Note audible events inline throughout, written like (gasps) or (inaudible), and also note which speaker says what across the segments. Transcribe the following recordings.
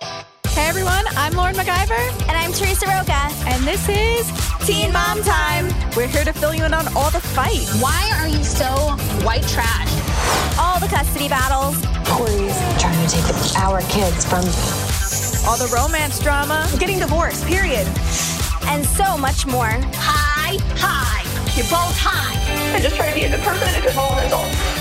Speaker 1: Hey everyone, I'm Lauren MacGyver,
Speaker 2: And I'm Teresa Roca.
Speaker 1: and this is Teen Mom Time. We're here to fill you in on all the fight.
Speaker 3: Why are you so white trash?
Speaker 2: All the custody battles.
Speaker 4: Corey's trying to take our kids from
Speaker 1: all the romance drama, getting divorced, period.
Speaker 2: and so much more.
Speaker 3: High, high. You're both high.
Speaker 5: I just try to be a good person and a good mom, that's all.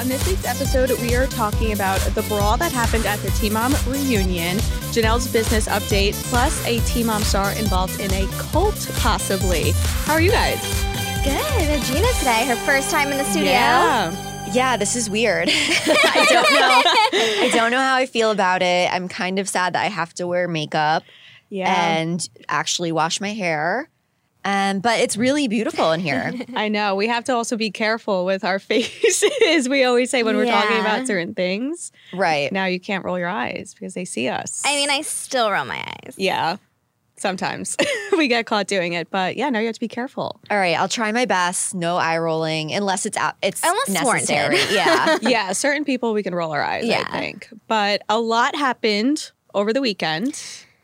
Speaker 1: On this week's episode, we are talking about the brawl that happened at the T Mom reunion, Janelle's business update, plus a T Mom star involved in a cult, possibly. How are you guys?
Speaker 2: Good. Regina today, her first time in the studio.
Speaker 6: Yeah, this is weird. (laughs) I don't know. I don't know how I feel about it. I'm kind of sad that I have to wear makeup
Speaker 1: Yeah.
Speaker 6: and actually wash my hair. Um, but it's really beautiful
Speaker 2: (laughs)
Speaker 6: in here.
Speaker 1: I know. We have to also be careful with our (laughs) faces, we always say when we're talking
Speaker 2: Yeah.
Speaker 1: about certain things.
Speaker 6: right.
Speaker 1: Now you can't roll your eyes because they see us.
Speaker 2: I mean, I still roll my eyes.
Speaker 1: yeah. Sometimes (laughs) we get caught doing it, but yeah, now you have to be careful.
Speaker 6: All right, I'll try my best. No eye rolling unless it's out. It's
Speaker 2: Unless
Speaker 6: necessary.
Speaker 2: warranted. (laughs)
Speaker 6: yeah.
Speaker 1: yeah, certain people we can roll our eyes,
Speaker 2: Yeah.
Speaker 1: I think. But a lot happened over the weekend.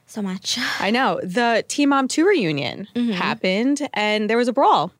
Speaker 2: So much.
Speaker 1: I know. The T Mom 2 reunion
Speaker 2: Mm-hmm.
Speaker 1: happened and there was a brawl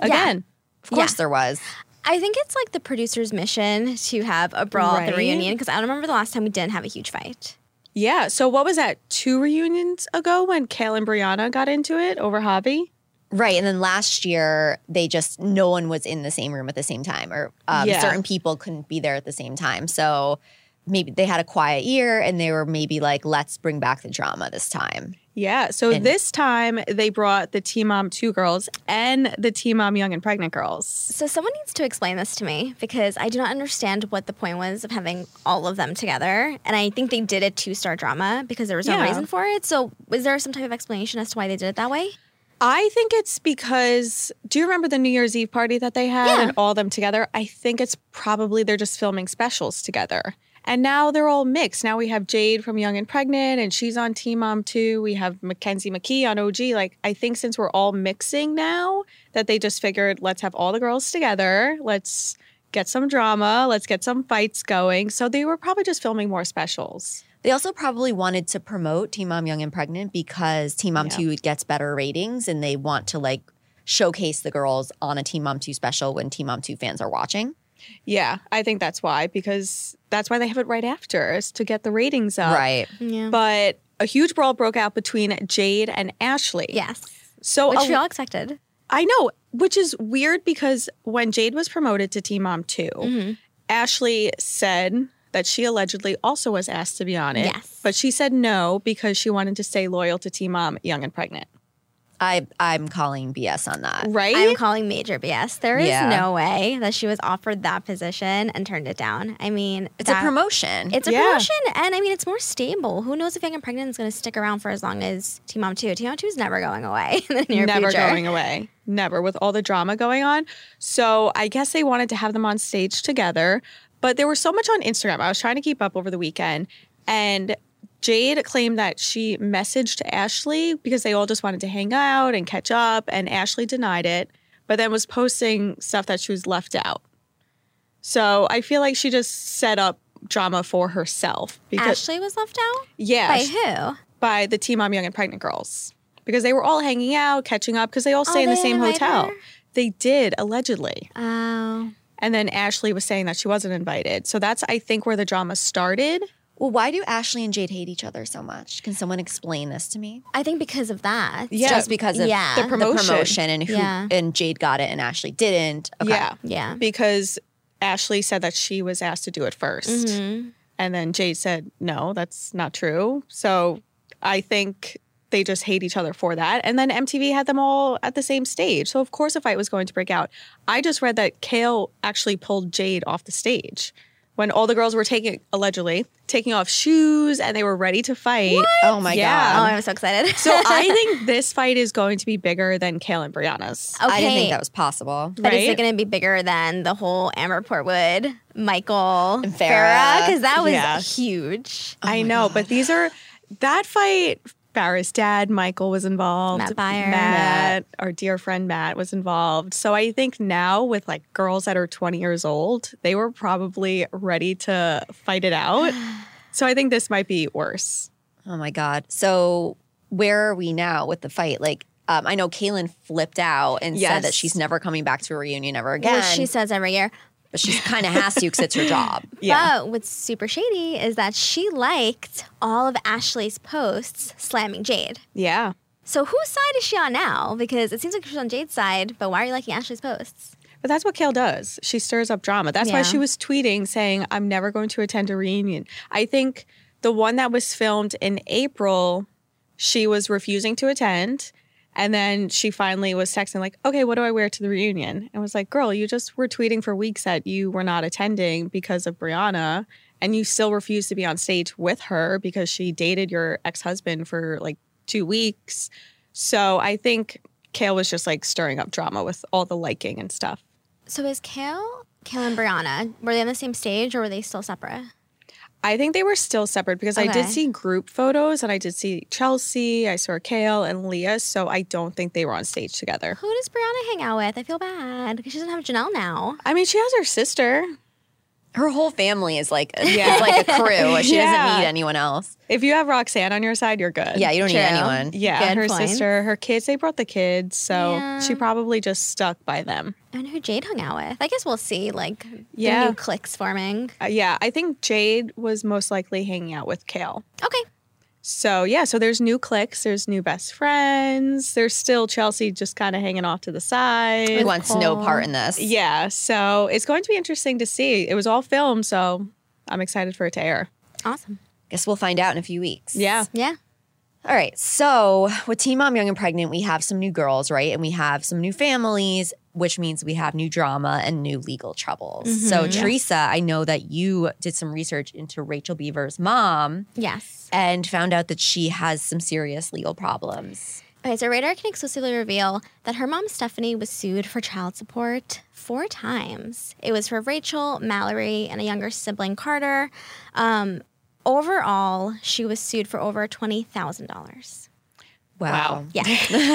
Speaker 1: again.
Speaker 6: Of course there was.
Speaker 2: I think it's like the producer's mission to have a brawl at
Speaker 1: Right.
Speaker 2: the reunion because I don't remember the last time we didn't have a huge fight.
Speaker 1: Yeah. So, what was that? Two reunions ago when Kale and Brianna got into it over Javi?
Speaker 6: Right. And then last year, they just, no one was in the same room at the same time, or um,
Speaker 1: Yeah.
Speaker 6: certain people couldn't be there at the same time. So maybe they had a quiet year and they were maybe like, let's bring back the drama this time.
Speaker 1: Yeah. So,
Speaker 6: And-
Speaker 1: this time they brought the T Mom 2 girls and the T Mom Young and Pregnant girls.
Speaker 2: So someone needs to explain this to me because I do not understand what the point was of having all of them together. And I think they did a two-star drama because there was no
Speaker 1: Yeah.
Speaker 2: reason for it. So is there some type of explanation as to why they did it that way?
Speaker 1: I think it's because do you remember the New Year's Eve party that they had
Speaker 2: Yeah.
Speaker 1: and all them together? I think it's probably they're just filming specials together. And now they're all mixed. Now we have Jade from Young and Pregnant and she's on Team Mom too. We have Mackenzie McKee on OG. Like I think since we're all mixing now that they just figured let's have all the girls together. Let's get some drama, let's get some fights going. So they were probably just filming more specials.
Speaker 6: They also probably wanted to promote Team Mom Young and Pregnant because Team Mom
Speaker 1: Yeah.
Speaker 6: 2 gets better ratings and they want to like showcase the girls on a Team Mom 2 special when Team Mom 2 fans are watching.
Speaker 1: Yeah, I think that's why because that's why they have it right after is to get the ratings up.
Speaker 6: right.
Speaker 2: Yeah.
Speaker 1: Mm-hmm. but a huge brawl broke out between Jade and Ashley.
Speaker 2: Yes.
Speaker 1: So
Speaker 2: Which
Speaker 1: Oh, a-
Speaker 2: we all expected.
Speaker 1: I know, which is weird because when Jade was promoted to Team Mom 2,
Speaker 2: Mm-hmm.
Speaker 1: Ashley said that she allegedly also was asked to be on it.
Speaker 2: Yes.
Speaker 1: But she said no because she wanted to stay loyal to Team Mom Young and Pregnant.
Speaker 6: I, I'm calling BS on that.
Speaker 1: Right?
Speaker 2: I'm calling major BS. There is
Speaker 6: Yeah.
Speaker 2: no way that she was offered that position and turned it down. I mean,
Speaker 6: It's a
Speaker 2: that-
Speaker 6: promotion.
Speaker 2: It's a
Speaker 1: Yeah.
Speaker 2: promotion, and I mean, it's more stable. Who knows if Young and Pregnant is going to stick around for as long as Team Mom 2. Team Mom 2 is never going away (laughs) in the near
Speaker 1: never
Speaker 2: future.
Speaker 1: going away. Never with all the drama going on. So I guess they wanted to have them on stage together, but there was so much on Instagram. I was trying to keep up over the weekend and Jade claimed that she messaged Ashley because they all just wanted to hang out and catch up and Ashley denied it, but then was posting stuff that she was left out. So I feel like she just set up drama for herself because
Speaker 2: Ashley was left out?
Speaker 1: yeah,
Speaker 2: By
Speaker 1: she-
Speaker 2: who?
Speaker 1: by the team on Young and Pregnant Girls because they were all hanging out, catching up because they all stay
Speaker 2: Oh,
Speaker 1: in the
Speaker 2: they
Speaker 1: same
Speaker 2: didn't invite
Speaker 1: hotel.
Speaker 2: her?
Speaker 1: They did allegedly,
Speaker 2: Oh.
Speaker 1: and then Ashley was saying that she wasn't invited. So that's I think where the drama started.
Speaker 6: Well, why do Ashley and Jade hate each other so much? Can someone explain this to me?
Speaker 2: I think because of that.
Speaker 1: Yeah.
Speaker 6: Just because of
Speaker 2: Yeah. The
Speaker 1: promotion.
Speaker 6: and who
Speaker 2: Yeah.
Speaker 6: and Jade got it and Ashley didn't. Okay.
Speaker 1: Yeah,
Speaker 2: Yeah.
Speaker 1: because Ashley said that she was asked to do it 1st
Speaker 2: Mm-hmm.
Speaker 1: and then Jade said no, that's not true. So I think. They just hate each other for that. And then MTV had them all at the same stage. So, of course, a fight was going to break out. I just read that Kale actually pulled Jade off the stage when all the girls were taking, allegedly, taking off shoes and they were ready to fight.
Speaker 6: Oh my
Speaker 1: Yeah.
Speaker 2: Oh,
Speaker 6: god.
Speaker 2: I'm so excited. (laughs)
Speaker 1: So I think this fight is going to be bigger than Kale and Brianna's.
Speaker 2: okay.
Speaker 6: I didn't think that was possible.
Speaker 2: But is
Speaker 1: Right?
Speaker 2: it going to be bigger than the whole Amber Portwood, Michael,
Speaker 6: And Farrah.
Speaker 2: Farah? Because that was
Speaker 1: Yeah.
Speaker 2: huge.
Speaker 1: I know, but these are that fight Farrah's dad, Michael, was involved.
Speaker 2: Matt Byer.
Speaker 1: Matt, our dear friend Matt, was involved. So I think now with like girls that are 20 years old, they were probably ready to fight it
Speaker 2: (sighs)
Speaker 1: out. So I think this might be worse.
Speaker 6: Oh my God. So where are we now with the fight? Like, um, I know Kaylin flipped out and said that
Speaker 1: Yes.
Speaker 6: she's never coming back to a reunion ever again.
Speaker 2: Which she says every year.
Speaker 6: but she kind of has to because it's
Speaker 1: (laughs)
Speaker 6: her job.
Speaker 2: But what's super shady is that she liked all of Ashley's posts slamming Jade.
Speaker 1: Yeah.
Speaker 2: So whose side is she on now? Because it seems like she's on Jade's side, but why are you liking Ashley's posts?
Speaker 1: But that's what Kale does. She stirs up drama. That's why
Speaker 2: Yeah.
Speaker 1: she was tweeting saying, I'm never going to attend a reunion. I think the one that was filmed in April, she was refusing to attend. And then she finally was texting, like, okay, what do I wear to the reunion? And was like, girl, you just were tweeting for weeks that you were not attending because of Brianna. And you still refused to be on stage with her because she dated your ex husband for like two weeks. So I think Kale was just like stirring up drama with all the liking and stuff.
Speaker 2: So is Kale, Kale and Brianna, were they on the same stage or were they still separate?
Speaker 1: I think they were still separate because I did
Speaker 2: Okay.
Speaker 1: see group photos and I did see Chelsea, I saw Kale and Leah. So I don't think they were on stage together.
Speaker 2: Who does Brianna hang out with? I feel bad because she doesn't have Janelle now.
Speaker 1: I mean, she has her sister.
Speaker 6: Her whole family is like, is like a crew. She
Speaker 1: Yeah.
Speaker 6: doesn't need anyone else.
Speaker 1: If you have Roxanne on your side, you're good.
Speaker 6: Yeah, you don't
Speaker 2: True.
Speaker 6: need anyone.
Speaker 1: Yeah,
Speaker 2: Good
Speaker 1: her
Speaker 2: point.
Speaker 1: sister, her kids, they brought the kids. So
Speaker 2: Yeah.
Speaker 1: she probably just stuck by them.
Speaker 2: I wonder who Jade hung out with. I guess we'll see, like,
Speaker 1: Yeah.
Speaker 2: yeah. new cliques forming.
Speaker 1: Uh, yeah, I think Jade was most likely hanging out with Kale.
Speaker 2: Okay.
Speaker 1: So yeah, so there's new cliques, there's new best friends, there's still Chelsea just kind of hanging off to the side.
Speaker 6: He wants no part in this.
Speaker 1: Yeah, so it's going to be interesting to see. It was all filmed, so I'm excited for it to air.
Speaker 2: Awesome.
Speaker 6: Guess we'll find out in a few weeks.
Speaker 1: Yeah.
Speaker 2: Yeah.
Speaker 6: All right. So with Team Mom Young and Pregnant, we have some new girls, right? And we have some new families, which means we have new drama and new legal troubles. So, Teresa, I know that you did some research into Rachel Beaver's mom
Speaker 2: Yes.
Speaker 6: and found out that she has some serious legal problems.
Speaker 2: Okay, so Radar can exclusively reveal that her mom, Stephanie, was sued for child support four times. It was for Rachel, Mallory, and a younger sibling, Carter. Um, overall, she was sued for over $20,000.
Speaker 6: Wow.
Speaker 2: Yeah.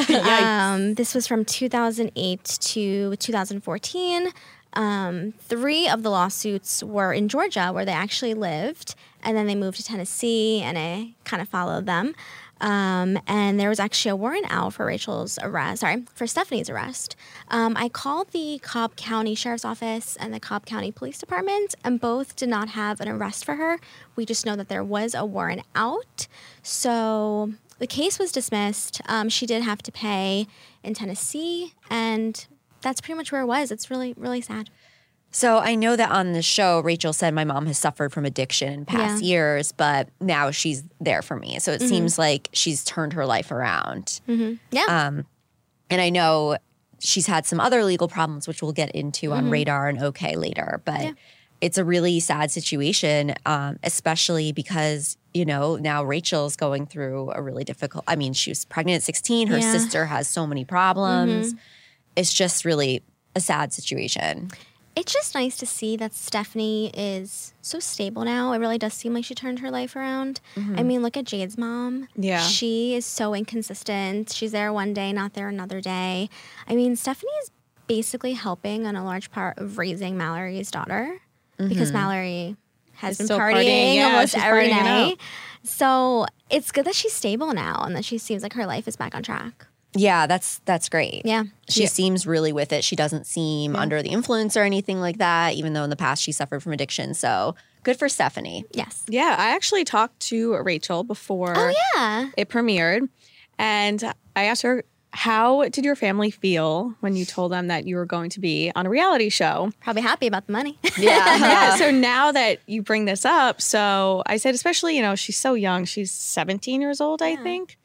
Speaker 2: um, this was from 2008 to 2014. Um, three of the lawsuits were in Georgia, where they actually lived, and then they moved to Tennessee, and I kind of followed them. Um, and there was actually a warrant out for Rachel's arrest, sorry, for Stephanie's arrest. Um, I called the Cobb County Sheriff's Office and the Cobb County Police Department, and both did not have an arrest for her. We just know that there was a warrant out. So the case was dismissed. Um, she did have to pay in Tennessee, and that's pretty much where it was. It's really, really sad.
Speaker 6: So I know that on the show, Rachel said my mom has suffered from addiction in past
Speaker 2: Yeah.
Speaker 6: years, but now she's there for me. So it seems like she's turned her life around.
Speaker 2: Yeah.
Speaker 6: And I know she's had some other legal problems, which we'll get into on
Speaker 2: Mm-hmm.
Speaker 6: radar and okay later. But it's a really sad situation, um, especially because, you know, now Rachel's going through a really difficult. I mean, she was pregnant at 16, her
Speaker 2: Yeah. Mm-hmm.
Speaker 6: sister has so many problems. It's just really a sad situation.
Speaker 2: it's just nice to see that Stephanie is so stable now. It really does seem like she turned her life around. I mean, look at Jade's mom.
Speaker 1: Mm-hmm. Yeah.
Speaker 2: She is so inconsistent. She's there one day, not there another day. I mean, Stephanie is basically helping on a large part of raising Mallory's daughter because Mallory
Speaker 1: Mm-hmm.
Speaker 2: has
Speaker 1: Is
Speaker 2: been
Speaker 1: still
Speaker 2: partying,
Speaker 1: partying. Yeah,
Speaker 2: almost
Speaker 1: she's partying
Speaker 2: every
Speaker 1: it
Speaker 2: night.
Speaker 1: up.
Speaker 2: So it's good that she's stable now and that she seems like her life is back on track.
Speaker 6: Yeah, that's that's great.
Speaker 2: Yeah.
Speaker 6: She seems really with it. She doesn't seem under the influence or anything like that, even though in the past she suffered from addiction. So good for Stephanie.
Speaker 2: Yes.
Speaker 1: Yeah, I actually talked to Rachel before
Speaker 2: Oh, Yeah.
Speaker 1: it premiered, and I asked her, How did your family feel when you told them that you were going to be on a reality show?
Speaker 2: Probably happy about the money. (laughs)
Speaker 6: (laughs)
Speaker 2: Uh-huh.
Speaker 1: yeah. So now that you bring this up, so I said, especially, you know, she's so young. She's 17 years old, I think.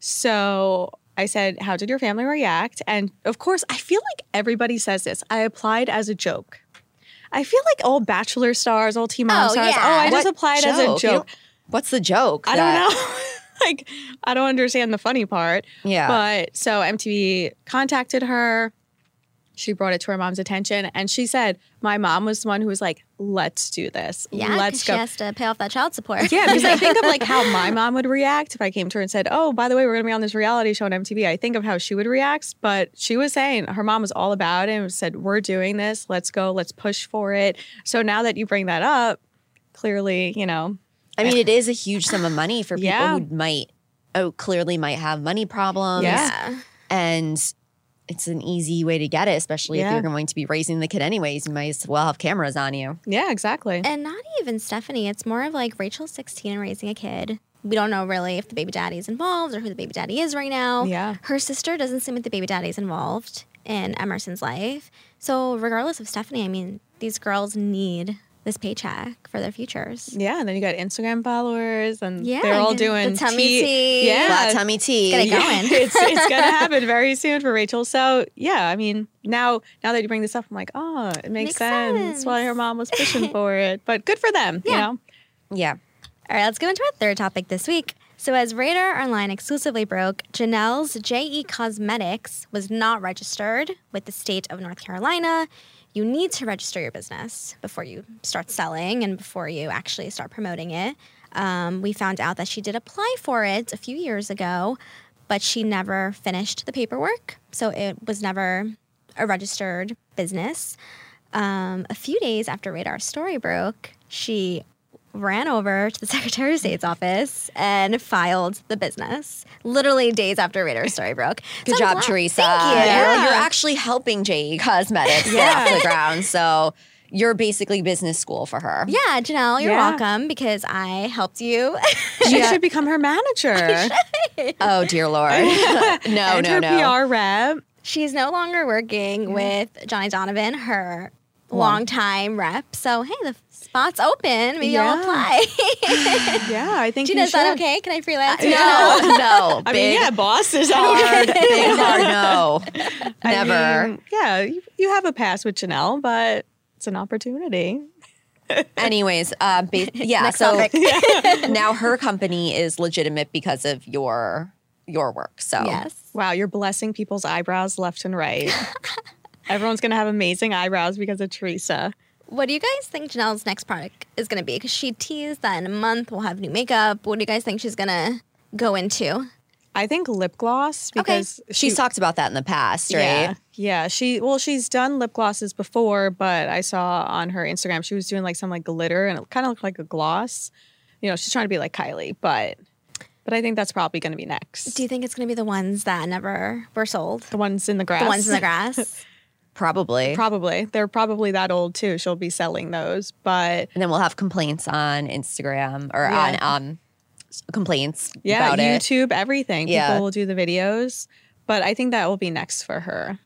Speaker 1: So I said, How did your family react? And of course, I feel like everybody says this. I applied as a joke. I feel like all bachelor stars, all team mom
Speaker 2: Oh,
Speaker 1: stars.
Speaker 2: yeah.
Speaker 1: Oh, I just
Speaker 6: What
Speaker 1: applied as a
Speaker 6: You
Speaker 1: joke.
Speaker 6: don't- What's the joke?
Speaker 1: I
Speaker 6: that-
Speaker 1: don't know. (laughs) like, I (laughs) don't understand the funny part.
Speaker 6: Yeah.
Speaker 1: But so MTV contacted her. She brought it to her mom's attention, and she said, "My mom was the one who was like, let's do this.
Speaker 2: Yeah,
Speaker 1: let's
Speaker 2: 'cause she
Speaker 1: go."
Speaker 2: has to pay off that child support.
Speaker 1: Yeah,
Speaker 2: (laughs)
Speaker 1: because I think of like how my mom would react if I came to her and said, "Oh, by the way, we're going to be on this reality show on MTV." I think of how she would react, but she was saying her mom was all about it and said, "We're doing this. Let's go. Let's push for it." So now that you bring that up, clearly, you know,
Speaker 6: I mean, it is a huge sum of money for people
Speaker 1: Yeah.
Speaker 6: who might, oh, clearly might have money problems.
Speaker 2: yeah.
Speaker 6: And it's an easy way to get it, especially if
Speaker 1: Yeah.
Speaker 6: you're going to be raising the kid anyways. You might as well have cameras on you.
Speaker 1: yeah, exactly.
Speaker 2: And not even Stephanie. It's more of like Rachel's 16 and raising a kid. We don't know really if the baby daddy is involved or who the baby daddy is right now.
Speaker 1: Yeah.
Speaker 2: Her sister doesn't seem like the baby daddy's involved in Emerson's life. So, regardless of Stephanie, I mean, these girls need this paycheck for their futures.
Speaker 1: Yeah, and then you got Instagram followers, and
Speaker 2: Yeah,
Speaker 1: they're all
Speaker 2: you- the
Speaker 1: doing
Speaker 2: tummy
Speaker 1: tea-
Speaker 2: tea.
Speaker 1: Yeah,
Speaker 6: Flat tummy tea.
Speaker 2: Gotta go. going.
Speaker 1: (laughs) it's it's
Speaker 6: (laughs)
Speaker 1: gonna happen very soon for Rachel. So yeah, I mean now now that you bring this up, I'm like, oh, it makes,
Speaker 2: Makes
Speaker 1: sense. why her mom was
Speaker 6: (laughs)
Speaker 1: pushing for it. But good for them, you know.
Speaker 6: Yeah.
Speaker 2: All right, let's go into our third topic this week. So, as Radar Online exclusively broke, Janelle's JE Cosmetics was not registered with the state of North Carolina. You need to register your business before you start selling and before you actually start promoting it. Um, we found out that she did apply for it a few years ago, but she never finished the paperwork. So, it was never a registered business um, a few days after Radar's story broke, she ran over to the (laughs) Secretary of State's office and filed the business. Literally days after Radar's story broke. So
Speaker 6: Good
Speaker 2: I'm
Speaker 6: job,
Speaker 2: glad-
Speaker 6: Teresa.
Speaker 2: Thank you.
Speaker 6: You're, you're actually helping JE Cosmetics get off the ground. So you're basically business school for her.
Speaker 2: Yeah, Janelle, you're
Speaker 1: Yeah.
Speaker 2: welcome because I helped you. (laughs)
Speaker 1: She should become her
Speaker 6: (laughs)
Speaker 1: manager
Speaker 6: Oh,
Speaker 1: (laughs)
Speaker 6: dear Lord. (laughs) no,
Speaker 1: and
Speaker 6: Oh, no,
Speaker 1: her
Speaker 6: no.
Speaker 1: PR rep.
Speaker 2: She's no longer working with Johnny Donovan, her longtime rep. So, hey, the spot's open. Maybe I'll
Speaker 1: Yeah.
Speaker 2: apply. (laughs)
Speaker 1: Yeah, I think
Speaker 2: Gina's
Speaker 1: you
Speaker 2: that
Speaker 1: should.
Speaker 2: okay? Can I freelance?
Speaker 6: Uh,
Speaker 1: (laughs)
Speaker 6: No, no.
Speaker 1: I mean,
Speaker 6: big,
Speaker 1: yeah, boss
Speaker 6: (laughs)
Speaker 1: is
Speaker 6: hard,
Speaker 1: hard.
Speaker 6: big, hard
Speaker 1: (laughs)
Speaker 6: no.
Speaker 1: I
Speaker 6: Never.
Speaker 1: mean, yeah, you, you have a pass with Janelle, but it's an opportunity.
Speaker 6: Anyways, uh,
Speaker 1: (laughs)
Speaker 6: ba- yeah. so (laughs) now her company is legitimate because of your your work. So
Speaker 2: Yes.
Speaker 1: Wow, you're blessing people's eyebrows left and
Speaker 6: (laughs)
Speaker 1: right. Everyone's gonna have amazing eyebrows because of Teresa.
Speaker 2: What do you guys think Janelle's next product is going to be? Because she teased that in a month we'll have new makeup. What do you guys think she's going to go into?
Speaker 1: I think lip gloss because
Speaker 6: she's talked about that in the past, right?
Speaker 1: Yeah. Yeah. She well, she's done lip glosses before, but I saw on her Instagram she was doing like some like glitter and it kind of looked like a gloss. You know, she's trying to be like Kylie, but but I think that's probably going to be next.
Speaker 2: Do you think it's going to be the ones that never were sold?
Speaker 1: the ones in the grass.
Speaker 2: The ones in the grass?
Speaker 6: Probably.
Speaker 1: Probably. They're probably that old too. She'll be selling those, but
Speaker 6: and then we'll have complaints on Instagram or
Speaker 1: Yeah.
Speaker 6: on um s- complaints
Speaker 1: yeah,
Speaker 6: about it.
Speaker 1: YouTube, everything.
Speaker 6: Yeah.
Speaker 1: People will do the videos, but I think that will be next for her.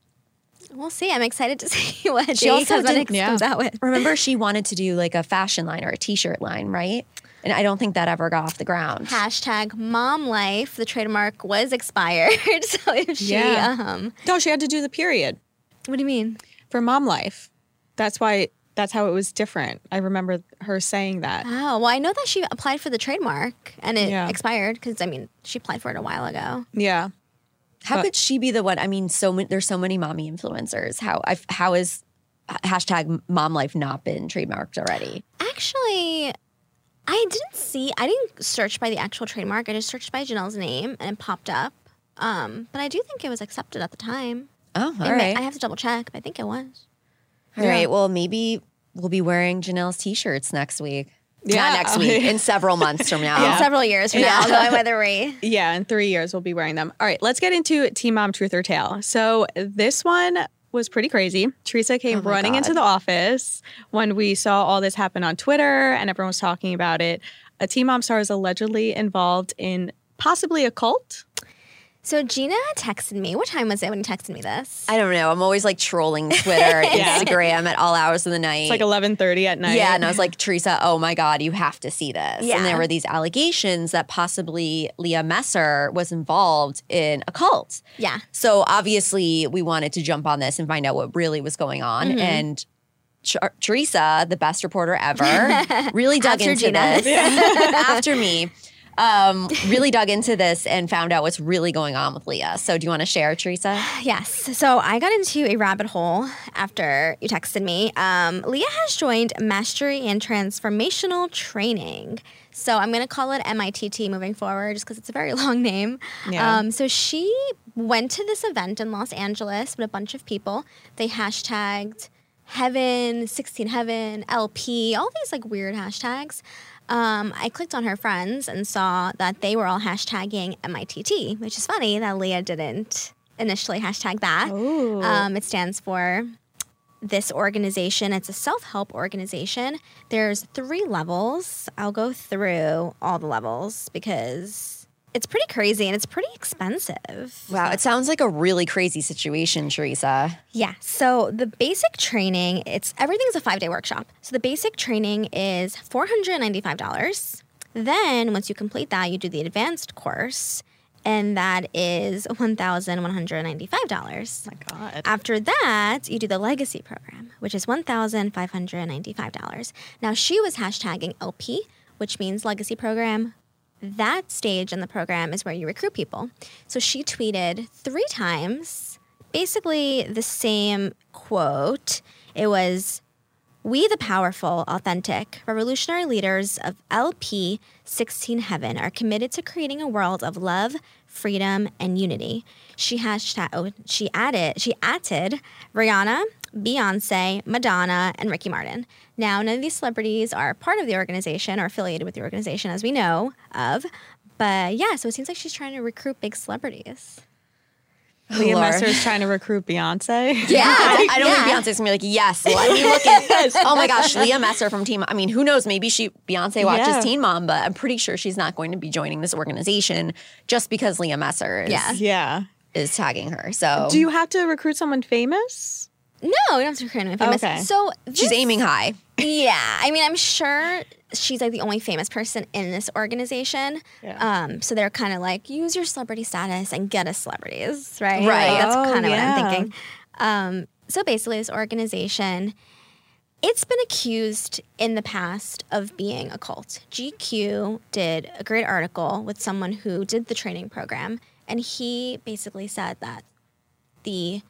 Speaker 2: (laughs) we'll see. I'm excited to (laughs) see what
Speaker 6: She
Speaker 2: JE
Speaker 6: also
Speaker 2: Cosmetics
Speaker 1: didn't-
Speaker 2: comes
Speaker 1: yeah.
Speaker 2: out with.
Speaker 6: Remember, she wanted to do like a fashion line or a T-shirt line, right? And I don't think that ever got off the ground.
Speaker 2: Hashtag mom life. The trademark was expired. (laughs) So if she,
Speaker 1: Yeah.
Speaker 2: um,
Speaker 1: No, she had to do the period.
Speaker 2: what do you mean?
Speaker 1: for mom life. That's why that's how it was different. I remember her saying that.
Speaker 2: Oh, well, I know that she applied for the trademark and it
Speaker 1: Yeah.
Speaker 2: expired because, I mean, she applied for it a while ago.
Speaker 1: Yeah.
Speaker 6: How
Speaker 1: But-
Speaker 6: could she be the one? I mean, so many, there's so many mommy influencers. How I how is h- hashtag mom life not been trademarked already?
Speaker 2: Actually, I didn't see. I didn't search by the actual trademark. I just searched by Janelle's name, and it popped up. Um, but I do think it was accepted at the time.
Speaker 6: Oh, all
Speaker 2: I may-
Speaker 6: right,
Speaker 2: I have to double check, but I think it was.
Speaker 6: all right. Well, maybe we'll be wearing Janelle's T-shirts next week.
Speaker 1: Yeah.
Speaker 6: Not next week. (laughs) in several months from now.
Speaker 2: In several years from now, going by the
Speaker 6: (laughs)
Speaker 2: rate.
Speaker 1: Yeah, in 3 years we'll be wearing them. All right, let's get into Team Mom Truth or Tale. So, this one was pretty crazy. Teresa
Speaker 6: Oh
Speaker 1: came running into the office when we saw all this happen on Twitter and everyone was talking about it. A Team Mom star is allegedly involved in possibly a cult.
Speaker 2: So Gina texted me. What time was it when you texted me this?
Speaker 6: I don't know. I'm always like trolling (laughs) Twitter, and
Speaker 1: Yeah.
Speaker 6: Instagram at all hours of the
Speaker 1: It's
Speaker 6: night.
Speaker 1: like 11:30 at night.
Speaker 6: Eh. Yeah, and I was like, Teresa, oh my God, you have to see this.
Speaker 2: Yeah.
Speaker 6: And there were these allegations that possibly Leah Messer was involved in a cult.
Speaker 2: Yeah.
Speaker 6: So obviously, we wanted to jump on this and find out what really was going on. And Ter- (laughs) Teresa, the best reporter ever, really dug
Speaker 2: After
Speaker 6: into
Speaker 2: Gina.
Speaker 6: this (laughs) after me. um, really dug into this and found out what's really going on with Leah. So, do you want to share, Teresa?
Speaker 2: Yes. So I got into a rabbit hole after you texted me. Um, Leah has joined Mastery and Transformational Training. So I'm going to call it MITT moving forward just because it's a very (laughs) long name.
Speaker 1: Yeah.
Speaker 2: Um, so she went to this event in Los Angeles with a bunch of people. They hashtagged heaven, 16 heaven, LP, all these like weird hashtags. Um, I clicked on her friends and saw that they were all hashtagging MITT, which is funny that Leah didn't initially hashtag that. Um, it stands for this organization. It's a self help organization. There's three levels. I'll go through all the levels because it's pretty crazy and it's pretty expensive.
Speaker 6: Wow, it sounds like a really crazy situation, Teresa.
Speaker 2: Yeah. So the basic training, it's everything's a five day workshop. So the basic training is four hundred and ninety five dollars. Then once you complete that, you do the advanced course, and that is one thousand one hundred ninety five dollars.
Speaker 1: God.
Speaker 2: After that, you do the legacy program, which is $1,595. Now, she was hashtagging LP, which means legacy program. That stage in the program is where you recruit people. So she tweeted three times basically the same quote. It was we, the powerful, authentic, revolutionary leaders of LP 16 Heaven, are committed to creating a world of love, freedom, and unity. She hashtag, oh, she added, she added Rihanna, Beyonce, Madonna, and Ricky Martin. Now, none of these celebrities are part of the organization or affiliated with the organization, as we know of. But yeah, so it seems like she's trying to recruit big celebrities.
Speaker 1: Leah
Speaker 6: Lord.
Speaker 1: Messer
Speaker 6: (laughs)
Speaker 1: is trying to recruit Beyonce.
Speaker 6: Yeah, I, I don't think Beyonce's gonna be like, yes, let me look at Oh my gosh, Leah Messer from Team. I mean, who knows? Maybe she Beyonce watches
Speaker 1: Yeah.
Speaker 6: Teen Mom, but I'm pretty sure she's not going to be joining this organization just because Leah Messer is,
Speaker 1: (laughs)
Speaker 2: Yeah.
Speaker 1: Yeah.
Speaker 6: is tagging her. So
Speaker 1: Do you have to recruit someone famous?
Speaker 2: No, we don't have to create a famous.
Speaker 1: Okay.
Speaker 2: So
Speaker 6: she's
Speaker 2: this-
Speaker 6: aiming high.
Speaker 2: Yeah, I mean, I'm sure she's like the only famous person in this organization.
Speaker 1: Yeah.
Speaker 2: Um, so they're kind of like, use your celebrity status and get us celebrities, right?
Speaker 6: Right.
Speaker 2: Like, that's
Speaker 1: Oh,
Speaker 2: kind of what
Speaker 1: yeah.
Speaker 2: I'm thinking. Um, so basically, this organization, it's been accused in the past of being a cult. GQ did a great article with someone who did the training program, and he basically said that the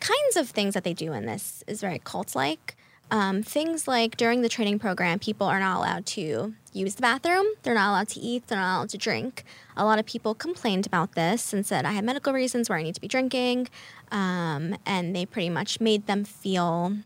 Speaker 2: kinds of things that they do in this is very cult like. Um, things like during the training program, people are not allowed to use the bathroom, they're not allowed to eat, they're not allowed to drink. A lot of people complained about this and said, I have medical reasons where I need to be drinking. Um, and they pretty much made them feel,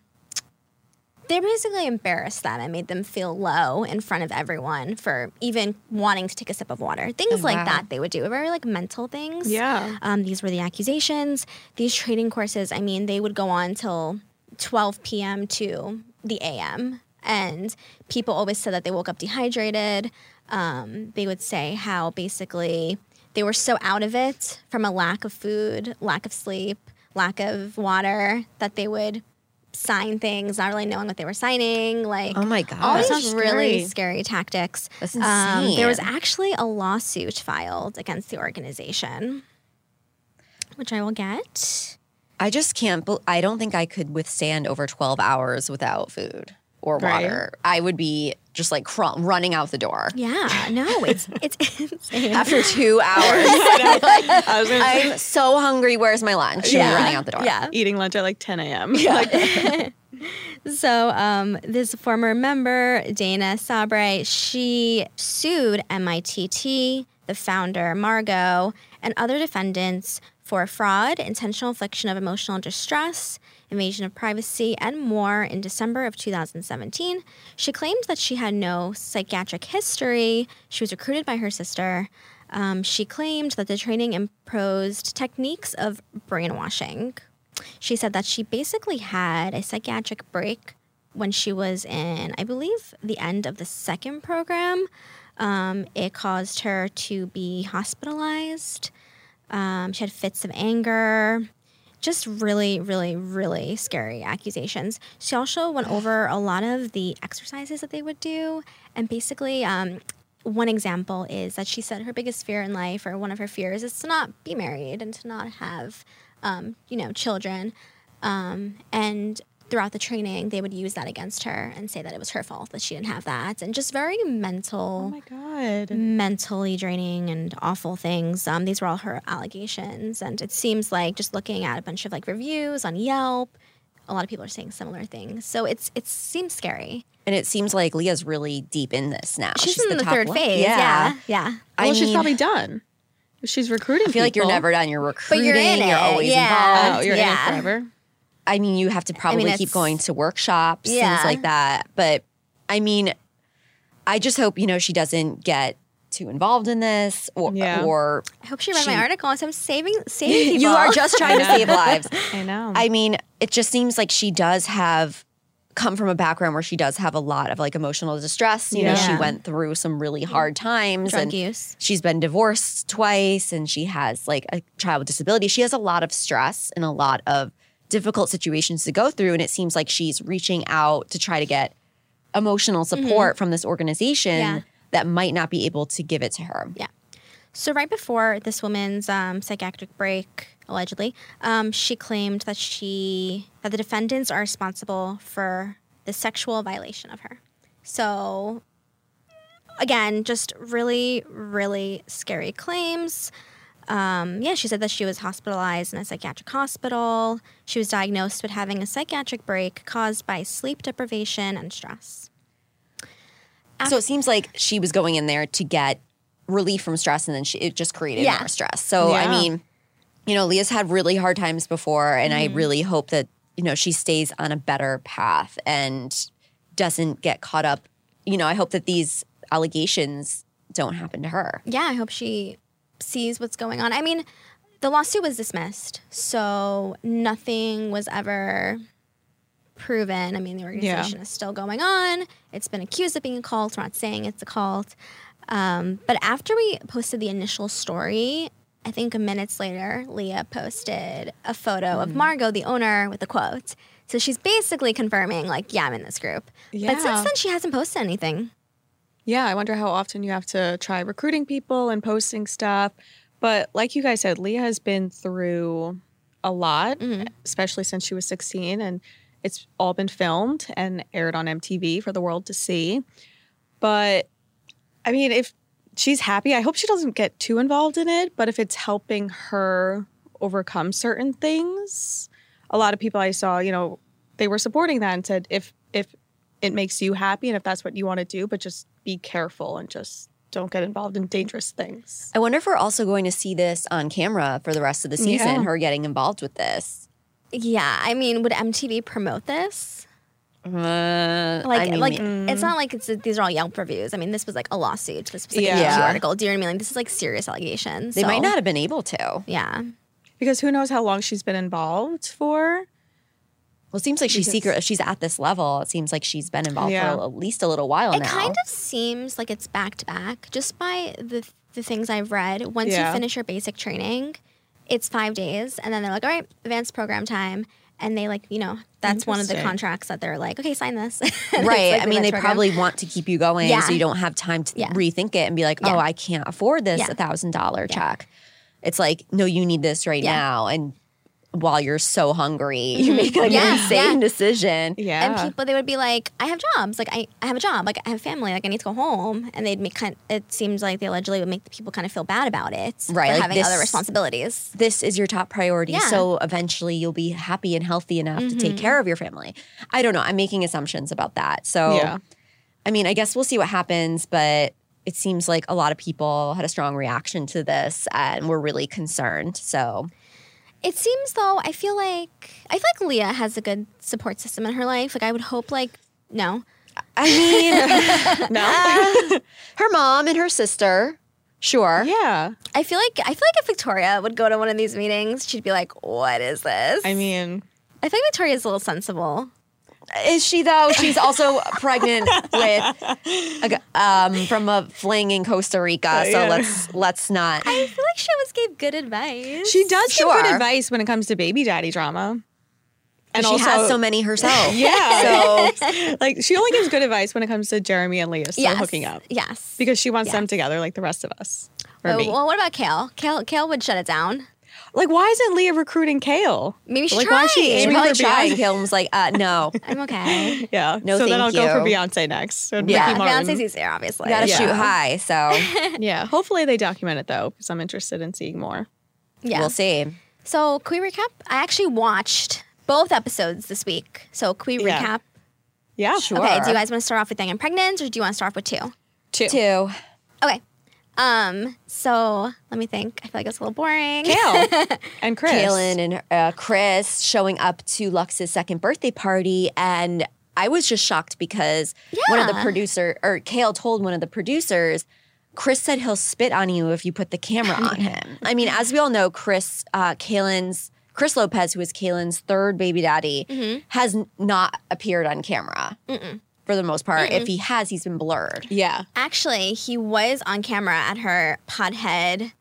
Speaker 2: they basically embarrassed them and made them feel low in front of everyone for even wanting to take a sip of water. Things like
Speaker 6: wow.
Speaker 2: that they would do, very like mental things.
Speaker 1: Yeah.
Speaker 2: Um, these were the accusations. These training courses, I mean, they would go on till 12 p.m. to the a.m. And people always said that they woke up dehydrated. Um, they would say how basically they were so out of it from a lack of food, lack of sleep, lack of water that they would sign things, not really knowing what they were signing. Like,
Speaker 6: Oh my god.
Speaker 2: all
Speaker 1: That
Speaker 2: these
Speaker 1: sounds
Speaker 2: really
Speaker 1: scary.
Speaker 2: scary tactics. Um,
Speaker 6: That's
Speaker 2: there was
Speaker 6: insane.
Speaker 2: actually a lawsuit filed against the organization, which I will get.
Speaker 6: I just can't. bel I don't think I could withstand over 12 hours without food or
Speaker 1: Right.
Speaker 6: water. I would be just like crawl, running out the door
Speaker 2: Yeah, no, it's it's (laughs) insane.
Speaker 6: after two hours.
Speaker 1: I was
Speaker 6: (laughs)
Speaker 1: gonna say,
Speaker 6: I'm so hungry. Where's my lunch? Yeah.
Speaker 2: Yeah.
Speaker 6: running out the door.
Speaker 2: Yeah.
Speaker 1: eating lunch at like 10 a.m. Like,
Speaker 2: So, um, this former member, Dana Sabre, she sued MITT, the founder, Margot, and other defendants for fraud, intentional infliction of emotional distress, invasion of privacy, and more in December of 2017. She claimed that she had no psychiatric history. She was recruited by her sister. Um, she claimed that the training imposed techniques of brainwashing, she said that she basically had a psychiatric break when she was in, I believe, the end of the second program. Um, it caused her to be hospitalized. Um, she had fits of anger. Just really, really, really scary accusations. She also went over a lot of the exercises that they would do. And basically, um, one example is that she said her biggest fear in life, or one of her fears, is to not be married and to not have, um, you know, children. Um, and throughout the training, they would use that against her and say that it was her fault that she didn't have that, and just very mental
Speaker 1: Oh my God.
Speaker 2: mentally draining and awful things. Um, these were all her allegations, and it seems like just looking at a bunch of like reviews on Yelp, a lot of people are saying similar things. So it's it seems scary.
Speaker 6: And it seems like Leah's really deep in this now.
Speaker 2: She's, in the,
Speaker 6: Oh, top
Speaker 2: third
Speaker 6: one.
Speaker 2: phase. Yeah, yeah.
Speaker 1: Well,
Speaker 6: I
Speaker 1: she's
Speaker 6: mean,
Speaker 1: probably done. She's recruiting.
Speaker 6: I feel like you're never done. You're
Speaker 2: But
Speaker 6: recruiting.
Speaker 2: you're in it.
Speaker 6: always
Speaker 2: yeah.
Speaker 6: involved.
Speaker 1: Oh, you're in
Speaker 2: yeah.
Speaker 1: it forever.
Speaker 6: I mean, you have to probably keep
Speaker 2: it's-
Speaker 6: going to workshops,
Speaker 2: Yeah.
Speaker 6: things like that. But I mean, I just hope, you know, she doesn't get too involved in this or,
Speaker 1: Yeah.
Speaker 2: (laughs)
Speaker 6: or
Speaker 2: I hope she read
Speaker 6: She-
Speaker 2: my article. So I'm saving saving people.
Speaker 6: (laughs) you are just trying to
Speaker 1: I know.
Speaker 6: save lives.
Speaker 1: I know.
Speaker 6: I mean, it just seems like she does have come from a background where she does have a lot of like emotional distress. You know, she
Speaker 2: Yeah.
Speaker 6: went through some really hard
Speaker 2: (laughs)
Speaker 6: times
Speaker 2: drug
Speaker 6: and
Speaker 2: use.
Speaker 6: she's been divorced twice and she has like a child with disability. She has a lot of stress and a lot of difficult situations to go through. And it seems like she's reaching out to try to get emotional support from this organization
Speaker 2: Yeah.
Speaker 6: that might not be able to give it to her.
Speaker 2: Yeah. So right before this woman's um, psychiatric break, allegedly, um, she claimed that she that the defendants are responsible for the sexual violation of her. So again, just really, really scary claims. Um, yeah, she said that she was hospitalized in a psychiatric hospital. She was diagnosed with having a psychiatric break caused by sleep deprivation and stress.
Speaker 6: So it seems like she was going in there to get relief from stress, and then she, it just created
Speaker 2: Yeah.
Speaker 6: more stress. So I
Speaker 1: Yeah.
Speaker 6: mean, you know, Leah's had really hard times before, and I really hope that you know she stays on a better path and doesn't get caught up. You know, I hope that these allegations don't happen to her.
Speaker 2: yeah, I hope she sees what's going on. I mean, the lawsuit was dismissed, so nothing was ever proven. I mean, the organization is still going on. It's been accused of being a cult. We're not saying it's a cult. Um, but after we posted the initial story, I think minutes later, Leah posted a photo of Margot, the owner, with a quote. So she's basically confirming, like, yeah, I'm in this group. But
Speaker 1: Yeah.
Speaker 2: since then, she hasn't posted anything.
Speaker 1: Yeah, I wonder how often you have to try recruiting people and posting stuff. But like you guys said, Leah has been through a lot, especially since she was 16, and it's all been filmed and aired on MTV for the world to see. But I mean, if she's happy, I hope she doesn't get too involved in it. But if it's helping her overcome certain things, a lot of people I saw, you know, they were supporting that and said, if if it makes you happy and if that's what you want to do, but just be careful and just don't get involved in dangerous things.
Speaker 6: I wonder if we're also going to see this on camera for the rest of the season.
Speaker 1: Yeah.
Speaker 6: Her getting involved with this.
Speaker 2: Yeah, I mean, would MTV promote this?
Speaker 6: Uh,
Speaker 2: like
Speaker 6: I mean, mm.
Speaker 2: like it's not like it's these are all Yelp reviews. I mean, this was like a lawsuit. This was like
Speaker 1: Yeah.
Speaker 2: a
Speaker 6: Yeah.
Speaker 2: news article. Do you know what I mean? Like this is like serious allegations.
Speaker 6: they
Speaker 2: so-
Speaker 6: might not have been able to.
Speaker 2: Yeah,
Speaker 1: Because who knows how long she's been involved for?
Speaker 6: Well, it seems like she's secret. If she's at this level, it seems like she's been involved
Speaker 1: Yeah.
Speaker 6: for at least a little while
Speaker 2: it
Speaker 6: now.
Speaker 2: kind of seems like it's back to back. Just by the the things I've read, once
Speaker 1: Yeah.
Speaker 2: you finish your basic training, it's five days, and then they're like, all right, advanced program time. And they like, you know, that's one of the
Speaker 1: Interesting.
Speaker 2: contracts that they're like, okay, sign this. (laughs) And it's,
Speaker 6: right.
Speaker 2: like,
Speaker 6: I
Speaker 2: the
Speaker 6: mean,
Speaker 2: next
Speaker 6: they
Speaker 2: program.
Speaker 6: probably want to keep you going,
Speaker 2: Yeah.
Speaker 6: so you don't have time to
Speaker 2: Yeah.
Speaker 6: rethink it and be like, "Oh,
Speaker 2: Yeah.
Speaker 6: I can't afford this
Speaker 2: Yeah.
Speaker 6: thousand dollar check." It's like, no, you need this right
Speaker 2: Yeah. Mm-hmm.
Speaker 6: now, and while you're so hungry, you make like
Speaker 2: Yeah.
Speaker 6: an insane
Speaker 2: Yeah.
Speaker 6: decision.
Speaker 1: Yeah.
Speaker 2: And people, they would be like, I have jobs. Like, I, I have a job. Like, I have family. Like, I need to go home. And they'd make kind it seems like they allegedly would make the people kind of feel bad about it. for
Speaker 6: Right, like
Speaker 2: having
Speaker 6: this-
Speaker 2: other responsibilities.
Speaker 6: This is your top priority,
Speaker 2: Yeah.
Speaker 6: so eventually you'll be happy and healthy enough to
Speaker 1: Mm-hmm.
Speaker 6: take care of your family. I don't know. I'm making assumptions about that. So,
Speaker 1: Yeah.
Speaker 6: I mean, I guess we'll see what happens, but it seems like a lot of people had a strong reaction to this and were really concerned. So,
Speaker 2: It seems though, I feel like, I feel like Leah has a good support system in her life. Like, I would hope, like, no.
Speaker 1: (laughs)
Speaker 6: I mean, (laughs) uh,
Speaker 1: No.
Speaker 6: her mom and her sister, sure.
Speaker 1: yeah.
Speaker 2: I feel like, I feel like if Victoria would go to one of these meetings, she'd be like, what is this?
Speaker 1: I mean,
Speaker 2: I feel like Victoria's a little sensible.
Speaker 6: Is she though? She's also pregnant with a, g- um, from a fling in Costa Rica. So
Speaker 1: Yeah.
Speaker 6: let's let's not.
Speaker 2: I feel like she always gave good advice.
Speaker 1: she does give
Speaker 6: Sure.
Speaker 1: good advice when it comes to baby daddy drama.
Speaker 6: she has so many herself.
Speaker 1: (laughs)
Speaker 6: (laughs)
Speaker 1: Yeah. So, like, she only gives good advice when it comes to Jeremy and Leah still
Speaker 2: yes.
Speaker 1: hooking up
Speaker 2: Yes.
Speaker 1: because she wants them together like the rest of us. Or
Speaker 2: Oh,
Speaker 1: me.
Speaker 2: well, what about Kale? Kale? Kale would shut it down.
Speaker 1: Like, why isn't Leah recruiting Kale?
Speaker 2: Maybe she
Speaker 1: like, why is she
Speaker 2: tried.
Speaker 6: She
Speaker 1: aiming
Speaker 6: probably
Speaker 1: for
Speaker 6: tried.
Speaker 1: Beyonce?
Speaker 6: Kale was like, uh,
Speaker 1: (laughs)
Speaker 6: no.
Speaker 2: I'm okay. Uh,
Speaker 1: Yeah.
Speaker 6: No,
Speaker 1: so then I'll
Speaker 6: thank
Speaker 1: go for
Speaker 6: you.
Speaker 1: Beyonce next. and
Speaker 6: Yeah.
Speaker 1: Ricky Martin.
Speaker 2: Beyonce's easier, obviously.
Speaker 6: Gotta
Speaker 1: Yeah.
Speaker 6: shoot
Speaker 1: (laughs)
Speaker 6: high. So
Speaker 1: Yeah. Hopefully they document it though, because I'm interested in seeing more.
Speaker 2: Yeah.
Speaker 6: we'll see.
Speaker 2: So, can we recap? I actually watched both episodes this week. So, can we
Speaker 1: Yeah.
Speaker 2: recap?
Speaker 1: Yeah. Oh,
Speaker 6: Sure.
Speaker 2: Okay, do you guys want to start off with Young and Pregnant or do you want to start off with two?
Speaker 1: Two.
Speaker 6: Two.
Speaker 2: Okay. Um, so let me think. I feel like it's a little boring. (laughs)
Speaker 1: Kale and Chris.
Speaker 6: Kaylin and uh, Chris showing up to Lux's second birthday party. And I was just shocked because one of the
Speaker 2: Yeah.
Speaker 6: producer or Kale told one of the producers, Chris said he'll spit on you if you put the camera
Speaker 1: (laughs)
Speaker 6: on him. I mean, as we all know, Chris, uh, Kaylin's, Chris Lopez, who is Kaylin's third baby daddy,
Speaker 1: Mm-hmm.
Speaker 6: has n- not appeared on camera for the most part. If he has, he's been blurred.
Speaker 1: Yeah.
Speaker 2: Actually, he was on camera at her
Speaker 1: (gasps)
Speaker 2: Podhead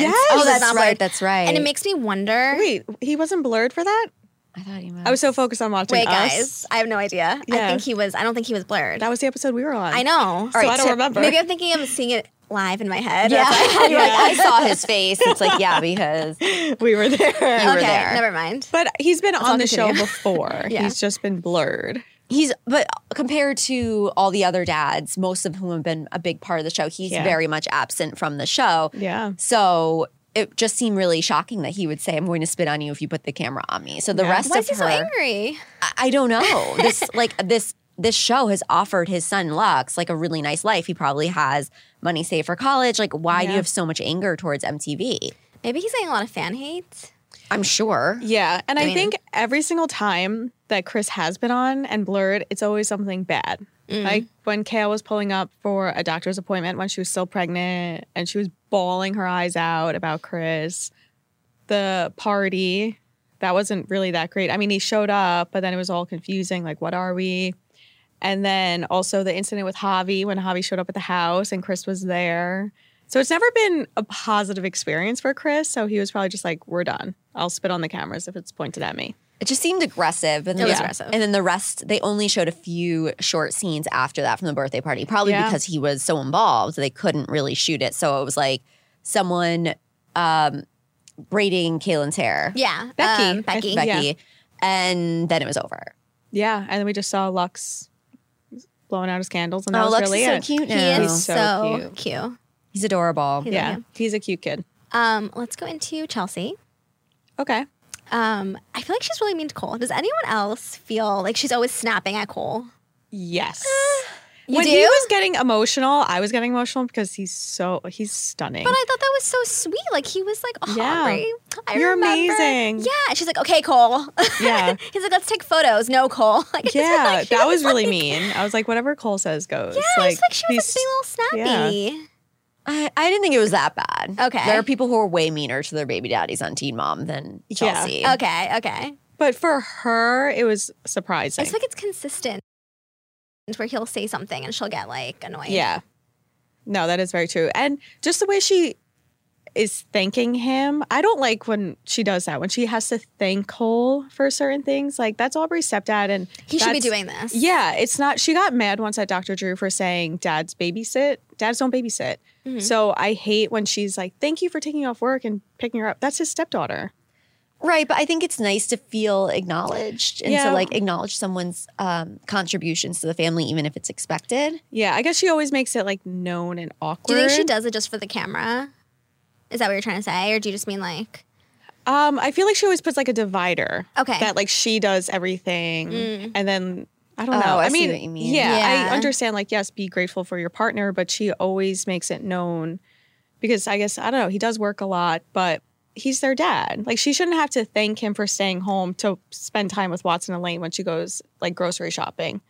Speaker 1: Yes!
Speaker 2: He
Speaker 1: Oh,
Speaker 2: was
Speaker 1: that's
Speaker 2: on board.
Speaker 6: That's right.
Speaker 2: And it makes me wonder.
Speaker 1: Wait, he wasn't blurred for that?
Speaker 6: I thought he was. (laughs)
Speaker 1: I was so focused on watching
Speaker 2: Wait,
Speaker 1: Us.
Speaker 2: guys, I have no idea. I
Speaker 1: Yeah.
Speaker 2: think he was. I don't think he was blurred.
Speaker 1: That was the episode we were on.
Speaker 2: I know.
Speaker 1: So I don't remember.
Speaker 2: Maybe I'm thinking of seeing it live in my head.
Speaker 6: yeah.
Speaker 2: That's why-
Speaker 1: (laughs)
Speaker 6: You're like, I saw his face. It's like, yeah, because
Speaker 1: We were there.
Speaker 6: were
Speaker 2: (laughs) okay,
Speaker 6: there.
Speaker 2: never mind.
Speaker 1: But he's been on
Speaker 2: all
Speaker 1: the show
Speaker 2: continue.
Speaker 1: before.
Speaker 2: (laughs) Yeah.
Speaker 1: He's just been blurred.
Speaker 6: He's but compared to all the other dads, most of whom have been a big part of the show, he's
Speaker 1: Yeah.
Speaker 6: very much absent from the show.
Speaker 1: Yeah.
Speaker 6: So it just seemed really shocking that he would say, "I'm going to spit on you if you put the camera on me." So the
Speaker 1: Yeah.
Speaker 6: rest
Speaker 2: Why
Speaker 6: of
Speaker 2: is he
Speaker 6: her,
Speaker 2: so angry?
Speaker 6: I- I don't know. This (laughs) like this this show has offered his son Lux like a really nice life. He probably has money saved for college. Like, why do
Speaker 1: Yeah.
Speaker 6: you have so much anger towards MTV?
Speaker 2: Maybe he's getting a lot of fan hate.
Speaker 6: I'm sure.
Speaker 1: Yeah. And I,
Speaker 2: mean-
Speaker 1: think every single time that Chris has been on and blurred, it's always something bad. Like when Kale was pulling up for a doctor's appointment when she was still pregnant and she was bawling her eyes out about Chris. The party, that wasn't really that great. I mean, he showed up, but then it was all confusing. Like, what are we? And then also the incident with Javi when Javi showed up at the house and Chris was there. So it's never been a positive experience for Chris. So he was probably just like, we're done. I'll spit on the cameras if it's pointed at me.
Speaker 6: It just seemed aggressive. And
Speaker 2: It was
Speaker 6: yeah.
Speaker 2: aggressive.
Speaker 6: And then the rest, they only showed a few short scenes after that from the birthday party, probably
Speaker 1: Yeah.
Speaker 6: because he was so involved, they couldn't really shoot it. So it was like someone um, braiding Kaylin's hair,
Speaker 2: Yeah.
Speaker 1: Becky.
Speaker 2: um, Becky.
Speaker 1: Becky.
Speaker 6: Becky, and then it was over.
Speaker 1: Yeah. And then we just saw Lux blowing out his candles. And that
Speaker 6: oh,
Speaker 1: was
Speaker 6: Lux
Speaker 1: really
Speaker 6: is so
Speaker 1: it.
Speaker 6: cute
Speaker 2: He
Speaker 6: now.
Speaker 2: is
Speaker 1: He's
Speaker 2: so,
Speaker 1: Oh, so
Speaker 2: cute.
Speaker 6: He's adorable.
Speaker 2: He's-
Speaker 1: Yeah.
Speaker 2: Yeah.
Speaker 1: He's a cute kid.
Speaker 2: Um, let's go into Chelsea.
Speaker 1: Okay.
Speaker 2: Um, I feel like she's really mean to Cole. Does anyone else feel like she's always snapping at Cole?
Speaker 1: Yes.
Speaker 2: Uh, you
Speaker 1: when he
Speaker 2: do?
Speaker 1: was getting emotional, I was getting emotional because he's so, he's stunning.
Speaker 2: But I thought that was so sweet. Like he was like, "Oh,
Speaker 1: Yeah.
Speaker 2: Aubrey, I
Speaker 1: You're
Speaker 2: remember."
Speaker 1: amazing.
Speaker 2: Yeah. She's like, "Okay, Cole." (laughs)
Speaker 1: Yeah.
Speaker 2: He's like, "Let's take photos." No, Cole. (laughs) Like, it's
Speaker 1: Yeah,
Speaker 2: like she
Speaker 1: that
Speaker 2: (laughs)
Speaker 1: was really
Speaker 2: like-
Speaker 1: mean. I was like, whatever Cole says goes.
Speaker 2: Yeah, like, like she was
Speaker 1: these-
Speaker 2: like, being a little snappy.
Speaker 6: I, I didn't think it was that bad.
Speaker 2: Okay.
Speaker 6: There are people who are way meaner to their baby daddies on Teen Mom than
Speaker 1: Yeah.
Speaker 6: Chelsea.
Speaker 2: Okay, okay.
Speaker 1: But for her, it was
Speaker 2: I
Speaker 1: surprising.
Speaker 2: just feel like it's consistent, where he'll say something and she'll get like annoyed.
Speaker 1: yeah. No, that is very true. And just the way she is thanking him, I don't like when she does that. When she has to thank Cole for certain things, like that's Aubrey's stepdad, and
Speaker 2: He should be
Speaker 1: that's-
Speaker 2: doing this.
Speaker 1: Yeah, it's not. She got mad once at Dr. Drew for saying dads babysit. Dads don't babysit.
Speaker 2: Mm-hmm.
Speaker 1: So I hate when she's like, "Thank you for taking off work and picking her up." That's his stepdaughter.
Speaker 6: Right, but I think it's nice to feel acknowledged and
Speaker 1: Yeah.
Speaker 6: to like acknowledge someone's um, contributions to the family, even if it's expected.
Speaker 1: Yeah, I guess she always makes it like known and awkward.
Speaker 2: Do you think she does it just for the camera? Is that what you're trying to say, or do you just mean like?
Speaker 1: Um, I feel like she always puts like a divider.
Speaker 2: Okay.
Speaker 1: That like she does everything, and then I don't
Speaker 6: Mm. Oh,
Speaker 1: know.
Speaker 6: I
Speaker 1: I,
Speaker 6: see
Speaker 1: mean,
Speaker 6: what you mean.
Speaker 1: yeah,
Speaker 2: Yeah.
Speaker 1: I understand. Like, yes, be grateful for your partner, but she always makes it known because I guess I don't know. He does work a lot, but he's their dad. Like, she shouldn't have to thank him for staying home to spend time with Watson and Lane when she goes like grocery shopping.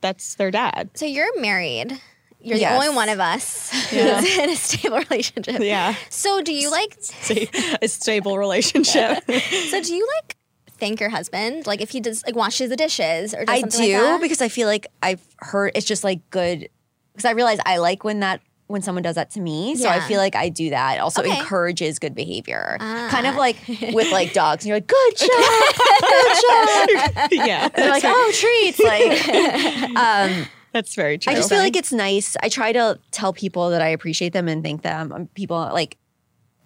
Speaker 1: That's their dad. (laughs)
Speaker 2: So you're married. You're
Speaker 6: Yes.
Speaker 2: the only one of us
Speaker 1: Yeah.
Speaker 2: who's (laughs) in a stable relationship.
Speaker 1: Yeah,
Speaker 2: So do you like?
Speaker 1: See, a stable
Speaker 6: (laughs)
Speaker 1: relationship. (laughs)
Speaker 2: So do you like thank your husband? Like if he does like washes the dishes or does
Speaker 6: I
Speaker 2: something like
Speaker 6: do
Speaker 2: that?
Speaker 6: because I feel like I've heard it's just like good because I realize I like when that when someone does that to me. So I
Speaker 2: Yeah.
Speaker 6: feel like I do that. It also
Speaker 2: Okay. Ah.
Speaker 6: encourages good behavior. Kind of like
Speaker 2: (laughs)
Speaker 6: with like dogs, and you're like, good job, good job.
Speaker 1: yeah,
Speaker 6: And they're like, oh,
Speaker 2: (laughs)
Speaker 6: treats. Like, um,
Speaker 1: that's very true.
Speaker 6: I just feel like it's nice. I try to tell people that I appreciate them and thank them. Um, People like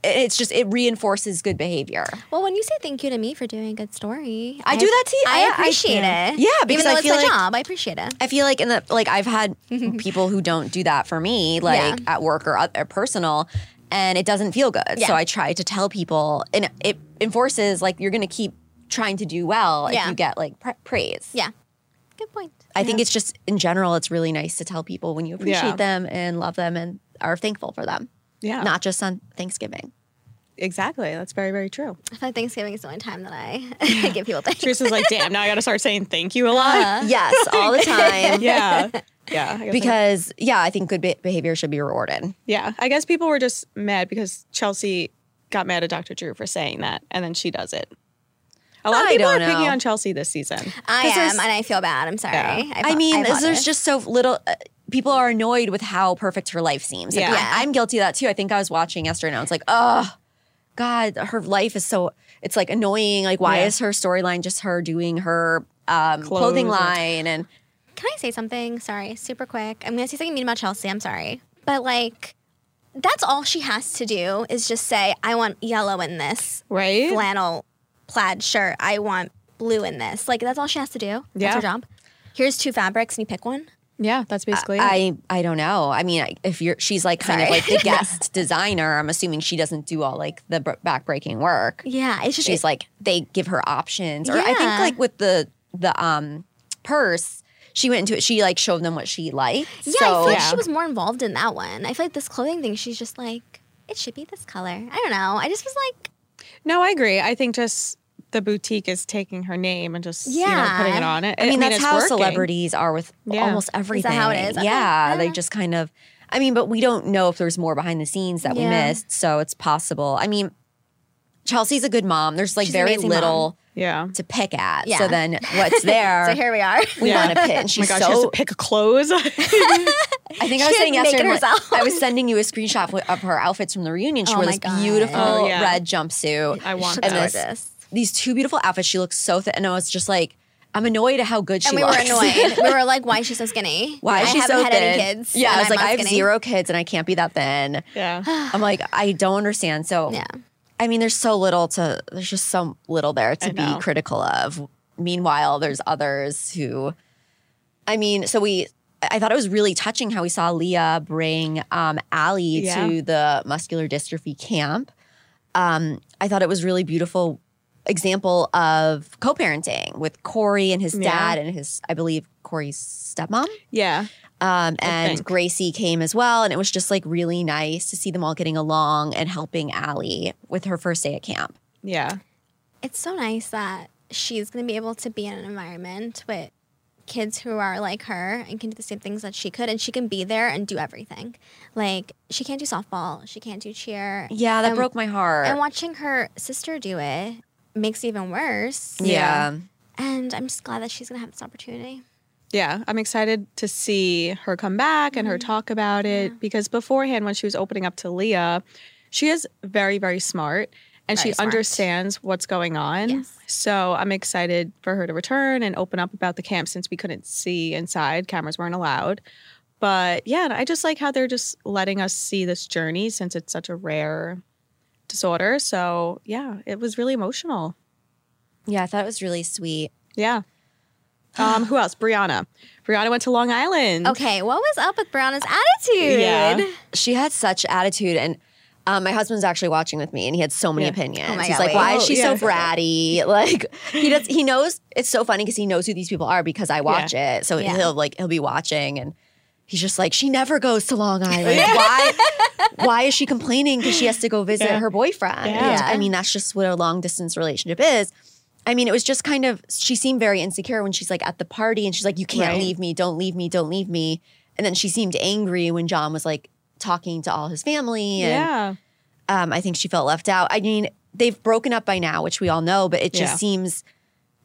Speaker 6: it's just it reinforces good behavior.
Speaker 2: Well, when you say thank you to me for doing a good story,
Speaker 6: I do that to you.
Speaker 2: I,
Speaker 6: I- I-
Speaker 2: appreciate it.
Speaker 6: Yeah, because
Speaker 2: even though
Speaker 6: I
Speaker 2: it's
Speaker 6: feel
Speaker 2: my
Speaker 6: like-
Speaker 2: job, I appreciate it.
Speaker 6: I feel like in the like I've had people who don't do that for me, like at work or, oth- or personal, and it doesn't feel good. So
Speaker 2: Yeah.
Speaker 6: I try to tell people, and it enforces like you're going to keep trying to do well
Speaker 2: Yeah.
Speaker 6: if you get like pra- praise.
Speaker 2: Yeah, good point.
Speaker 6: I think it's just in general, it's really nice to tell people when you
Speaker 1: Yeah.
Speaker 6: appreciate them and love them and are thankful for them,
Speaker 1: Yeah.
Speaker 6: not just on Thanksgiving.
Speaker 1: exactly. That's very, very true.
Speaker 2: I feel like Thanksgiving is the only time that I (laughs) give people thanks.
Speaker 1: Teresa's like, damn, now I got to start saying thank you a lot.
Speaker 6: Yes, all the time.
Speaker 1: yeah.
Speaker 6: (laughs)
Speaker 1: Yeah. I guess I-
Speaker 6: Because yeah, I think good be- behavior should be rewarded.
Speaker 1: yeah. I guess people were just mad because Chelsea got mad at Dr. Drew for saying that. And then she does it. A lot of
Speaker 6: I
Speaker 1: people are
Speaker 6: don't
Speaker 1: picking
Speaker 6: know.
Speaker 1: on Chelsea this season.
Speaker 2: I
Speaker 6: 'Cause
Speaker 2: am,
Speaker 6: there's-
Speaker 2: and I feel bad. I'm sorry.
Speaker 1: Yeah.
Speaker 6: I
Speaker 2: apo-
Speaker 6: mean, is
Speaker 2: apologize.
Speaker 6: there's just so little. Uh, people are annoyed with how perfect her life seems. Like,
Speaker 1: Yeah.
Speaker 6: I- I'm guilty of that too. I think I was watching yesterday, and I was like, oh. God, her life is so it's like annoying. Like, why
Speaker 1: Yeah.
Speaker 6: is her storyline just her doing her um, clothing
Speaker 1: Clothes or-
Speaker 6: line? And
Speaker 2: Can I say something? Sorry, super quick. I'm gonna say something mean about Chelsea. I'm sorry, but like, that's all she has to do is just say, "I want yellow in this
Speaker 1: Right?
Speaker 2: flannel plaid shirt. I want blue in this." Like, that's all she has to do.
Speaker 1: Yeah.
Speaker 2: That's her job. Here's two fabrics, and you pick one.
Speaker 1: Yeah. That's basically it.
Speaker 6: I, I don't know. I mean, I- if you're, she's like kind of
Speaker 1: (laughs)
Speaker 6: like the guest designer. I'm assuming she doesn't do all like the br- backbreaking work.
Speaker 2: Yeah, it's just
Speaker 6: she's like they give her options or i think
Speaker 2: Yeah.
Speaker 6: like with the the um purse she went into it she like showed them what she liked
Speaker 2: Yeah, I
Speaker 6: so
Speaker 2: feel like
Speaker 1: Yeah.
Speaker 2: she was more involved in that one. I feel like this clothing thing, she's just like, it should be this color. I don't know. I just was like,
Speaker 1: No, I agree. I think just the boutique is taking her name and just you know,
Speaker 2: Yeah.
Speaker 1: putting it on it.
Speaker 6: i mean that's
Speaker 1: it's
Speaker 6: how
Speaker 1: working.
Speaker 6: celebrities are with
Speaker 1: Yeah.
Speaker 6: almost everything
Speaker 2: how it is? Uh-huh. Okay.
Speaker 6: yeah
Speaker 2: Yeah.
Speaker 6: they just kind of i mean but we don't know if there's more behind the scenes that we
Speaker 2: Yeah.
Speaker 6: missed so it's possible i mean chelsea's a good mom there's like
Speaker 2: She's an
Speaker 6: very
Speaker 2: amazing
Speaker 6: little
Speaker 1: Yeah.
Speaker 6: to pick at so
Speaker 2: Yeah.
Speaker 6: then
Speaker 2: (laughs)
Speaker 6: what's there
Speaker 2: so here we (laughs) are.
Speaker 6: we
Speaker 1: Yeah.
Speaker 6: want to pick and
Speaker 1: Oh my
Speaker 6: she's
Speaker 1: gosh, she has to
Speaker 6: so
Speaker 1: pick clothes. (laughs)
Speaker 6: I think I was
Speaker 2: She
Speaker 6: saying
Speaker 2: had to make
Speaker 6: yesterday.
Speaker 2: it
Speaker 6: when-
Speaker 2: herself.
Speaker 6: I was sending you a screenshot wi- of her outfits from the reunion. She
Speaker 2: Oh
Speaker 6: wore
Speaker 2: my
Speaker 6: this
Speaker 2: God.
Speaker 6: beautiful
Speaker 1: Oh, yeah.
Speaker 6: red jumpsuit.
Speaker 1: I want
Speaker 6: (laughs) and
Speaker 1: that.
Speaker 6: this,
Speaker 2: Gorgeous.
Speaker 6: these two beautiful outfits. She looks so thin, and I was just like, I'm annoyed at how good she
Speaker 2: And we were
Speaker 6: looks.
Speaker 2: annoyed. we were like, why is she so skinny?
Speaker 6: (laughs) Why is
Speaker 2: I
Speaker 6: she
Speaker 2: haven't
Speaker 6: so
Speaker 2: had
Speaker 6: thin?
Speaker 2: any kids.
Speaker 6: Yeah,
Speaker 2: and
Speaker 6: I was
Speaker 2: I'm
Speaker 6: like,
Speaker 2: not
Speaker 6: I have
Speaker 2: skinny.
Speaker 6: zero kids, and I can't be that thin.
Speaker 1: yeah.
Speaker 6: (sighs) I'm like, I don't understand. So,
Speaker 2: Yeah.
Speaker 6: I mean, there's so little to. There's just so little there
Speaker 1: I
Speaker 6: to
Speaker 1: know.
Speaker 6: be critical of. Meanwhile, there's others who, I mean, so we. I thought it was really touching how we saw Leah bring um, Allie
Speaker 1: Yeah.
Speaker 6: to the muscular dystrophy camp. Um, I thought it was really beautiful example of co-parenting with Corey and his
Speaker 1: Yeah.
Speaker 6: dad and his, I believe, Corey's stepmom.
Speaker 1: Yeah.
Speaker 6: Um, and
Speaker 1: think.
Speaker 6: Gracie came as well. And it was just like really nice to see them all getting along and helping Allie with her first day at camp.
Speaker 1: Yeah.
Speaker 2: It's so nice that she's going to be able to be in an environment with kids who are like her and can do the same things that she could. And she can be there and do everything. Like, she can't do softball. She can't do cheer.
Speaker 6: Yeah, that
Speaker 2: And-
Speaker 6: broke my heart.
Speaker 2: And watching her sister do it makes it even worse.
Speaker 6: yeah.
Speaker 2: And I'm just glad that she's gonna have this opportunity.
Speaker 1: Yeah, I'm excited to see her come back and her
Speaker 2: Mm-hmm.
Speaker 1: talk about it because beforehand, when she was opening up to Leah, she is very, very smart and she
Speaker 2: Very smart.
Speaker 1: understands what's going on.
Speaker 2: Yes.
Speaker 1: So I'm excited for her to return and open up about the camp since we couldn't see inside, cameras weren't allowed. But yeah, I just like how they're just letting us see this journey since it's such a rare disorder. So yeah, it was really emotional.
Speaker 6: Yeah, I thought it was really sweet.
Speaker 1: Yeah. Um, who else? Brianna. Brianna went to Long Island.
Speaker 2: Okay, what was up with Brianna's attitude?
Speaker 1: Mm-hmm. Yeah.
Speaker 6: She had such attitude. And um, my husband's actually watching with me and he had so many
Speaker 1: Yeah.
Speaker 6: opinions.
Speaker 2: Oh my
Speaker 6: He's
Speaker 2: God,
Speaker 6: like,
Speaker 2: wait.
Speaker 6: why is
Speaker 1: Oh,
Speaker 6: she
Speaker 1: yeah.
Speaker 6: so bratty? (laughs) Like he does he knows it's so funny because he knows who these people are because I watch it. So
Speaker 2: Yeah.
Speaker 6: he'll like he'll be watching and he's just like, She never goes
Speaker 1: (laughs)
Speaker 6: to Long Island. why why is she complaining? Because she has to go visit
Speaker 1: Yeah.
Speaker 6: her boyfriend.
Speaker 1: Yeah.
Speaker 6: And, I mean, that's just what a long distance relationship is. I mean, it was just kind of, she seemed very insecure when she's like at the party and she's like, you can't
Speaker 1: Right.
Speaker 6: leave me, don't leave me, don't leave me. And then she seemed angry when John was like talking to all his family. And
Speaker 1: Yeah.
Speaker 6: um, I think she felt left out. I mean, they've broken up by now, which we all know, but it just
Speaker 1: Yeah.
Speaker 6: seems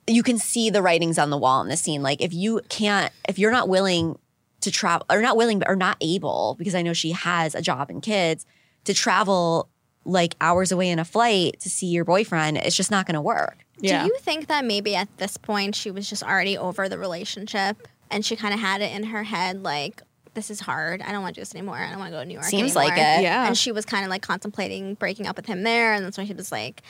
Speaker 6: you can see the writings on the wall in this scene. Like if you can't, if you're not willing to travel, or not willing, but or not able, because I know she has a job and kids to travel like hours away in a flight to see your boyfriend, it's just not going to work.
Speaker 1: Yeah.
Speaker 2: Do you think that maybe at this point she was just already over the relationship and she kind of had it in her head like this is hard. I don't want to do this anymore. I don't want to go to New York.
Speaker 6: Seems
Speaker 2: anymore."
Speaker 6: like it.
Speaker 1: Yeah.
Speaker 2: And she was kind of like contemplating breaking up with him there, and that's why she was like,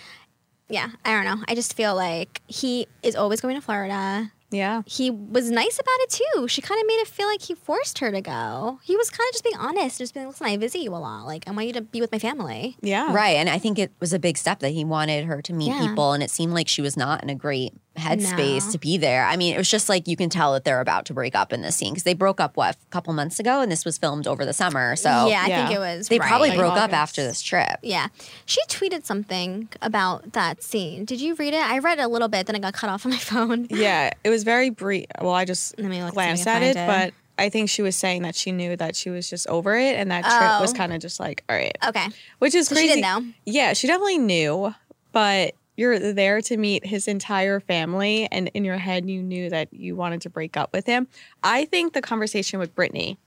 Speaker 2: "Yeah, I don't know. I just feel like he is always going to Florida."
Speaker 1: Yeah.
Speaker 2: He was nice about it too. She kind of made it feel like he forced her to go. He was kind of just being honest, just being, "Listen, I visit you a lot. Like, I want you to be with my family."
Speaker 1: Yeah.
Speaker 6: Right. And I think it was a big step that he wanted her to meet
Speaker 2: Yeah.
Speaker 6: people. And it seemed like she was not in a great headspace
Speaker 2: No.
Speaker 6: to be there. I mean, it was just like you can tell that they're about to break up in this scene because they broke up, what, a couple months ago? And this was filmed over the summer. So
Speaker 2: yeah, I
Speaker 1: yeah.
Speaker 2: think it was.
Speaker 6: they
Speaker 2: right.
Speaker 6: probably
Speaker 1: Like
Speaker 6: broke up
Speaker 1: August.
Speaker 6: after this trip.
Speaker 2: Yeah. She tweeted something about that scene. Did you read it? I read it a little bit, then I got cut off on my (laughs) phone.
Speaker 1: Yeah. It was very brief. Well, I just
Speaker 2: Let me look, see if I
Speaker 1: glanced
Speaker 2: can
Speaker 1: at it,
Speaker 2: find
Speaker 1: but
Speaker 2: it.
Speaker 1: I think she was saying that she knew that she was just over it, and that trip was
Speaker 2: Oh.
Speaker 1: kind of just like, all right,
Speaker 2: Okay.
Speaker 1: which is
Speaker 2: So she
Speaker 1: crazy.
Speaker 2: didn't know?
Speaker 1: Yeah, she definitely knew, but you're there to meet his entire family, and in your head, you knew that you wanted to break up with him. I think the conversation with Brittany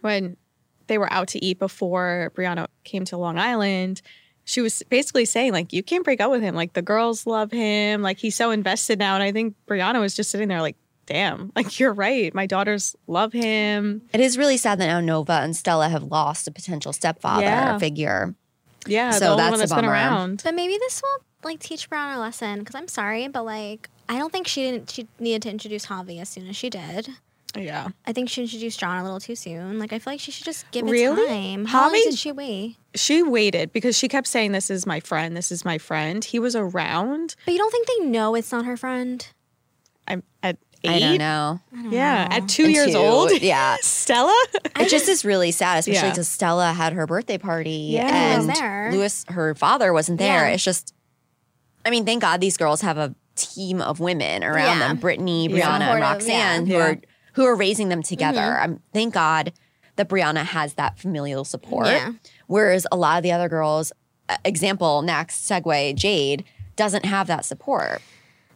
Speaker 1: when they were out to eat before Brianna came to Long Island. She was basically saying, like, you can't break up with him. Like, the girls love him. Like, he's so invested now. And I think Brianna was just sitting there, like, damn, (laughs) like, you're right. My daughters love him.
Speaker 6: It is really sad that now Nova and Stella have lost a potential stepfather
Speaker 1: Yeah.
Speaker 6: figure.
Speaker 1: Yeah.
Speaker 6: So
Speaker 1: the only
Speaker 6: that's
Speaker 1: one
Speaker 6: a
Speaker 1: that's been
Speaker 6: bummer.
Speaker 1: around.
Speaker 2: But maybe this will like teach Brown a lesson because I'm sorry, but like I don't think she didn't. She needed to introduce Javi as soon as she did.
Speaker 1: Yeah.
Speaker 2: I think she introduced John a little too soon. Like I feel like she should just give it
Speaker 1: Really?
Speaker 2: time. How long
Speaker 1: Javi-
Speaker 2: did she wait?
Speaker 1: She waited because she kept saying, this is my friend. This is my friend. He was around.
Speaker 2: But you don't think they know it's not her friend?
Speaker 1: I'm at eight.
Speaker 6: I don't know.
Speaker 1: Yeah. At two
Speaker 6: And
Speaker 1: years
Speaker 6: two,
Speaker 1: old.
Speaker 6: yeah.
Speaker 1: (laughs) Stella?
Speaker 6: It just is really sad, especially
Speaker 1: Yeah.
Speaker 6: because Stella had her birthday party
Speaker 1: Yeah. And he
Speaker 6: and
Speaker 2: was there.
Speaker 6: Lewis, her father, wasn't there.
Speaker 2: Yeah.
Speaker 6: It's just, I mean, thank God these girls have a team of women around
Speaker 2: Yeah.
Speaker 6: them: Brittany, Brianna,
Speaker 1: Yeah.
Speaker 6: and
Speaker 2: Supportive,
Speaker 6: Roxanne,
Speaker 2: yeah. Mm-hmm.
Speaker 6: who
Speaker 1: Yeah.
Speaker 6: are who are raising them together. Um, thank God that Brianna has that familial support,
Speaker 2: Yeah.
Speaker 6: whereas a lot of the other girls, uh, example next segue, Jade doesn't have that support.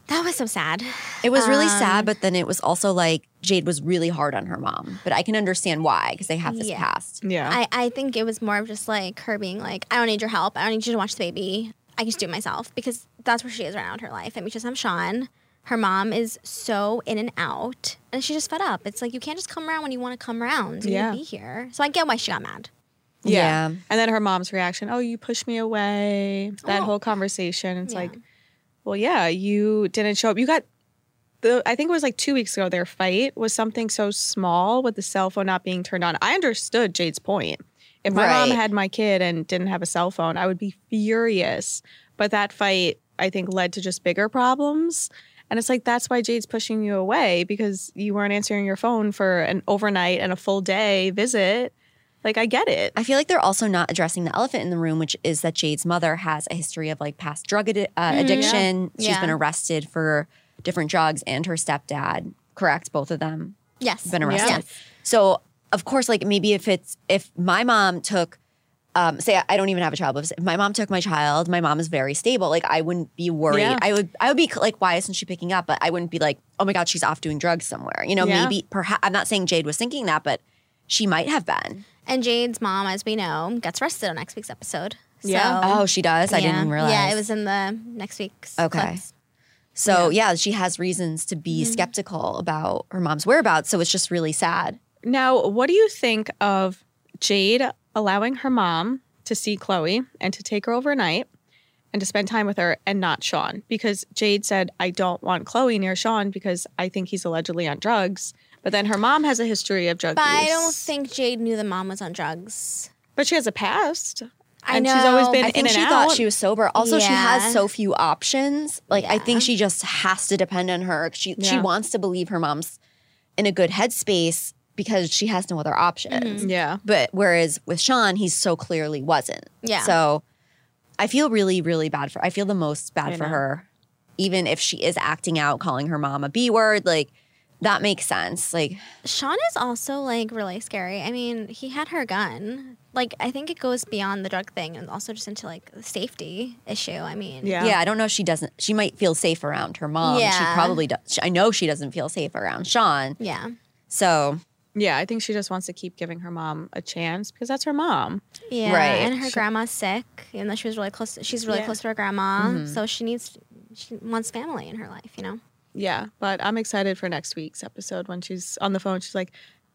Speaker 2: That was so sad.
Speaker 6: It was really
Speaker 2: Um,
Speaker 6: sad, but then it was also like Jade was really hard on her mom, but I can understand why because they have this
Speaker 2: Yeah.
Speaker 6: past.
Speaker 1: Yeah.
Speaker 2: I, I think it was more of just like her being like, I don't need your help. I don't need you to watch the baby. I can just do it myself because that's where she is right now in her life. And we just have Sean. Her mom is so in and out, and she's just fed up. It's like you can't just come around when you want to come around. You
Speaker 1: Yeah.
Speaker 2: need to be here. So I get why she got mad.
Speaker 1: Yeah.
Speaker 6: Yeah.
Speaker 1: And then her mom's reaction, oh, you pushed me away. That
Speaker 2: Oh.
Speaker 1: whole conversation. It's
Speaker 2: Yeah.
Speaker 1: like, well, yeah, you didn't show up. You got the, I think it was like two weeks ago, their fight was something so small with the cell phone not being turned on. I understood Jade's point. If my mom
Speaker 6: Right.
Speaker 1: had my kid and didn't have a cell phone, I would be furious. But that fight, I think, led to just bigger problems. And it's like, that's why Jade's pushing you away because you weren't answering your phone for an overnight and a full day visit. Like, I get it.
Speaker 6: I feel like they're also not addressing the elephant in the room, which is that Jade's mother has a history of like past drug addi- uh, addiction. She's
Speaker 2: Yeah.
Speaker 6: been arrested for different drugs, and her stepdad, correct? Both of them
Speaker 2: Yes.
Speaker 6: been arrested.
Speaker 1: Yes.
Speaker 6: So, of course, like maybe if it's if my mom took, um, say I- I don't even have a child, but if my mom took my child, my mom is very stable. Like I wouldn't be worried.
Speaker 1: Yeah.
Speaker 6: I would I would be like, why isn't she picking up? But I wouldn't be like, oh my god, she's off doing drugs somewhere. You know,
Speaker 1: Yeah.
Speaker 6: maybe perhaps I'm not saying Jade was thinking that, but she might have been.
Speaker 2: And Jade's mom, as we know, gets arrested on next week's episode. So,
Speaker 1: Yeah.
Speaker 6: Oh, she does. I
Speaker 2: yeah.
Speaker 6: didn't realize.
Speaker 2: Yeah, it was in the next week's.
Speaker 6: Okay.
Speaker 2: clips.
Speaker 6: So yeah, she has reasons to be
Speaker 2: Mm-hmm.
Speaker 6: skeptical about her mom's whereabouts. So it's just really sad.
Speaker 1: Now, what do you think of Jade allowing her mom to see Chloe and to take her overnight and to spend time with her and not Sean? Because Jade said, I don't want Chloe near Sean because I think he's allegedly on drugs. But then her mom has a history of drug
Speaker 2: But
Speaker 1: use.
Speaker 2: I don't think Jade knew the mom was on drugs.
Speaker 1: But she has a past.
Speaker 2: I
Speaker 1: and she's always
Speaker 2: know.
Speaker 1: been
Speaker 6: I
Speaker 1: in
Speaker 6: think
Speaker 1: and
Speaker 6: she
Speaker 1: out.
Speaker 6: thought she was sober. Also, she
Speaker 2: Yeah.
Speaker 6: has so few options. Like I
Speaker 2: Yeah.
Speaker 6: think she just has to depend on her. She she
Speaker 1: Yeah.
Speaker 6: wants to believe her mom's in a good headspace because she has no other options.
Speaker 2: Mm-hmm.
Speaker 1: yeah.
Speaker 6: But whereas with Sean, he so clearly wasn't.
Speaker 2: Yeah.
Speaker 6: So I feel really, really bad for I feel the most bad
Speaker 1: I
Speaker 6: for
Speaker 1: know.
Speaker 6: her. Even if she is acting out, calling her mom a B word, like that makes sense. Like
Speaker 2: Sean is also like really scary. I mean, he had her gun. Like, I think it goes beyond the drug thing and also just into like the safety issue. I mean,
Speaker 1: Yeah.
Speaker 6: Yeah. I don't know if she doesn't. She might feel safe around her mom.
Speaker 2: Yeah.
Speaker 6: She probably does. she- I know she doesn't feel safe around Sean.
Speaker 2: Yeah.
Speaker 6: So
Speaker 1: Yeah, I think she just wants to keep giving her mom a chance because that's her mom.
Speaker 2: Yeah.
Speaker 6: Right.
Speaker 2: And her grandma's sick, and that she was really close. She's really
Speaker 1: Yeah.
Speaker 2: close to her grandma, so she needs, she wants family in her life. You know.
Speaker 1: Yeah, but I'm excited for next week's episode when she's on the phone. She's like,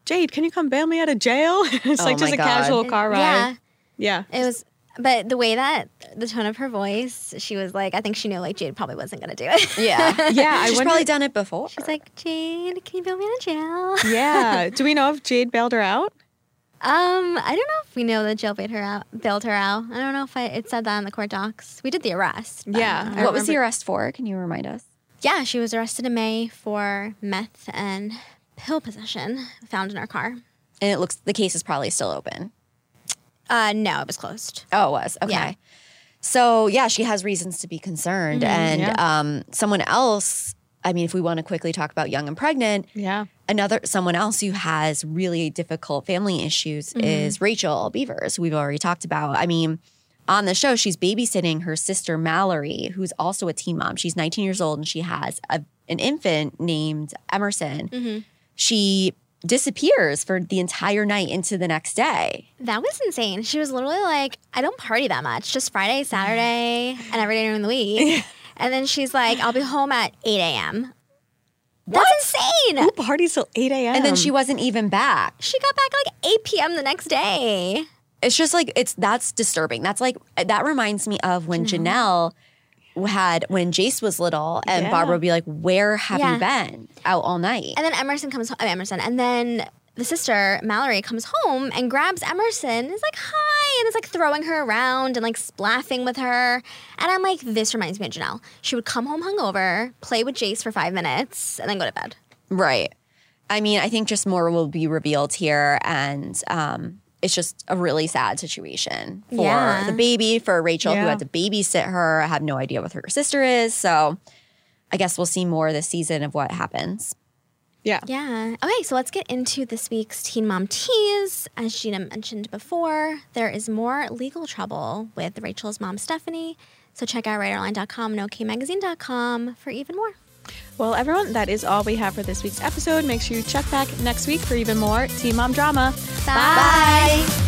Speaker 1: Jade, can you come bail me out of jail? (laughs) it's
Speaker 6: Oh
Speaker 1: like just
Speaker 6: my
Speaker 1: a
Speaker 6: God.
Speaker 1: casual car ride.
Speaker 2: Yeah,
Speaker 6: (laughs)
Speaker 1: Yeah.
Speaker 2: it was. But the way that the tone of her voice, she was like, I think she knew like Jade probably wasn't gonna do it.
Speaker 6: (laughs) Yeah.
Speaker 1: Yeah, I
Speaker 6: She's
Speaker 1: wonder-
Speaker 6: probably done it before.
Speaker 2: (laughs) She's like, Jade, can you bail me out of jail?
Speaker 1: (laughs) Yeah. Do we know if Jade bailed her out?
Speaker 2: Um, I don't know if we know that jail bailed her out. Bailed her out. I don't know if I, it said that in the court docs. We did the arrest. but-
Speaker 1: Yeah. I
Speaker 6: what was the
Speaker 1: remember-
Speaker 6: arrest for? Can you remind us?
Speaker 2: Yeah, she was arrested in May for meth and pill possession found in her car.
Speaker 6: And it looks the case is probably still open.
Speaker 2: Uh, no, it was closed.
Speaker 6: Oh, it was. Okay.
Speaker 2: Yeah.
Speaker 6: So, yeah, she has reasons to be concerned. and
Speaker 1: yeah.
Speaker 6: um, someone else, I mean, if we want to quickly talk about young and pregnant,
Speaker 1: Yeah.
Speaker 6: another someone else who has really difficult family issues is Rachel Beavers, who we've already talked about. I mean, on the show, she's babysitting her sister Mallory, who's also a teen mom. She's 19 years old and she has a, an infant named Emerson. She disappears for the entire night into the next day.
Speaker 2: That was insane. She was literally like, I don't party that much, just Friday, Saturday, and every day during the week. And then she's like, I'll be home at 8 a.m. That's insane.
Speaker 1: Who parties till 8 a.m.?
Speaker 6: And then she wasn't even back.
Speaker 2: She got back at like 8 p.m. the next day.
Speaker 6: It's just like it's that's disturbing. That's like that reminds me of when Janelle had when Jace was little and
Speaker 1: Yeah.
Speaker 6: Barbara would be like, Where have you been? Out all night.
Speaker 2: And then Emerson comes home. Emerson. And then the sister, Mallory, comes home and grabs Emerson and is like, hi. And is like throwing her around and like splaffing with her. And I'm like, this reminds me of Janelle. She would come home hungover, play with Jace for five minutes, and then go to bed.
Speaker 6: Right. I mean, I think just more will be revealed here. And um, it's just a really sad situation for
Speaker 2: Yeah.
Speaker 6: the baby, for Rachel, who
Speaker 1: Yeah.
Speaker 6: had to babysit her. I have no idea what her sister is. So I guess we'll see more this season of what happens.
Speaker 1: Yeah.
Speaker 2: Yeah. Okay, so let's get into this week's Teen Mom Tease. As Gina mentioned before, there is more legal trouble with Rachel's mom, Stephanie. So check out writeronline.com and okmagazine.com for even more.
Speaker 1: Well, everyone, that is all we have for this week's episode. Make sure you check back next week for even more Teen Mom drama.
Speaker 2: Bye.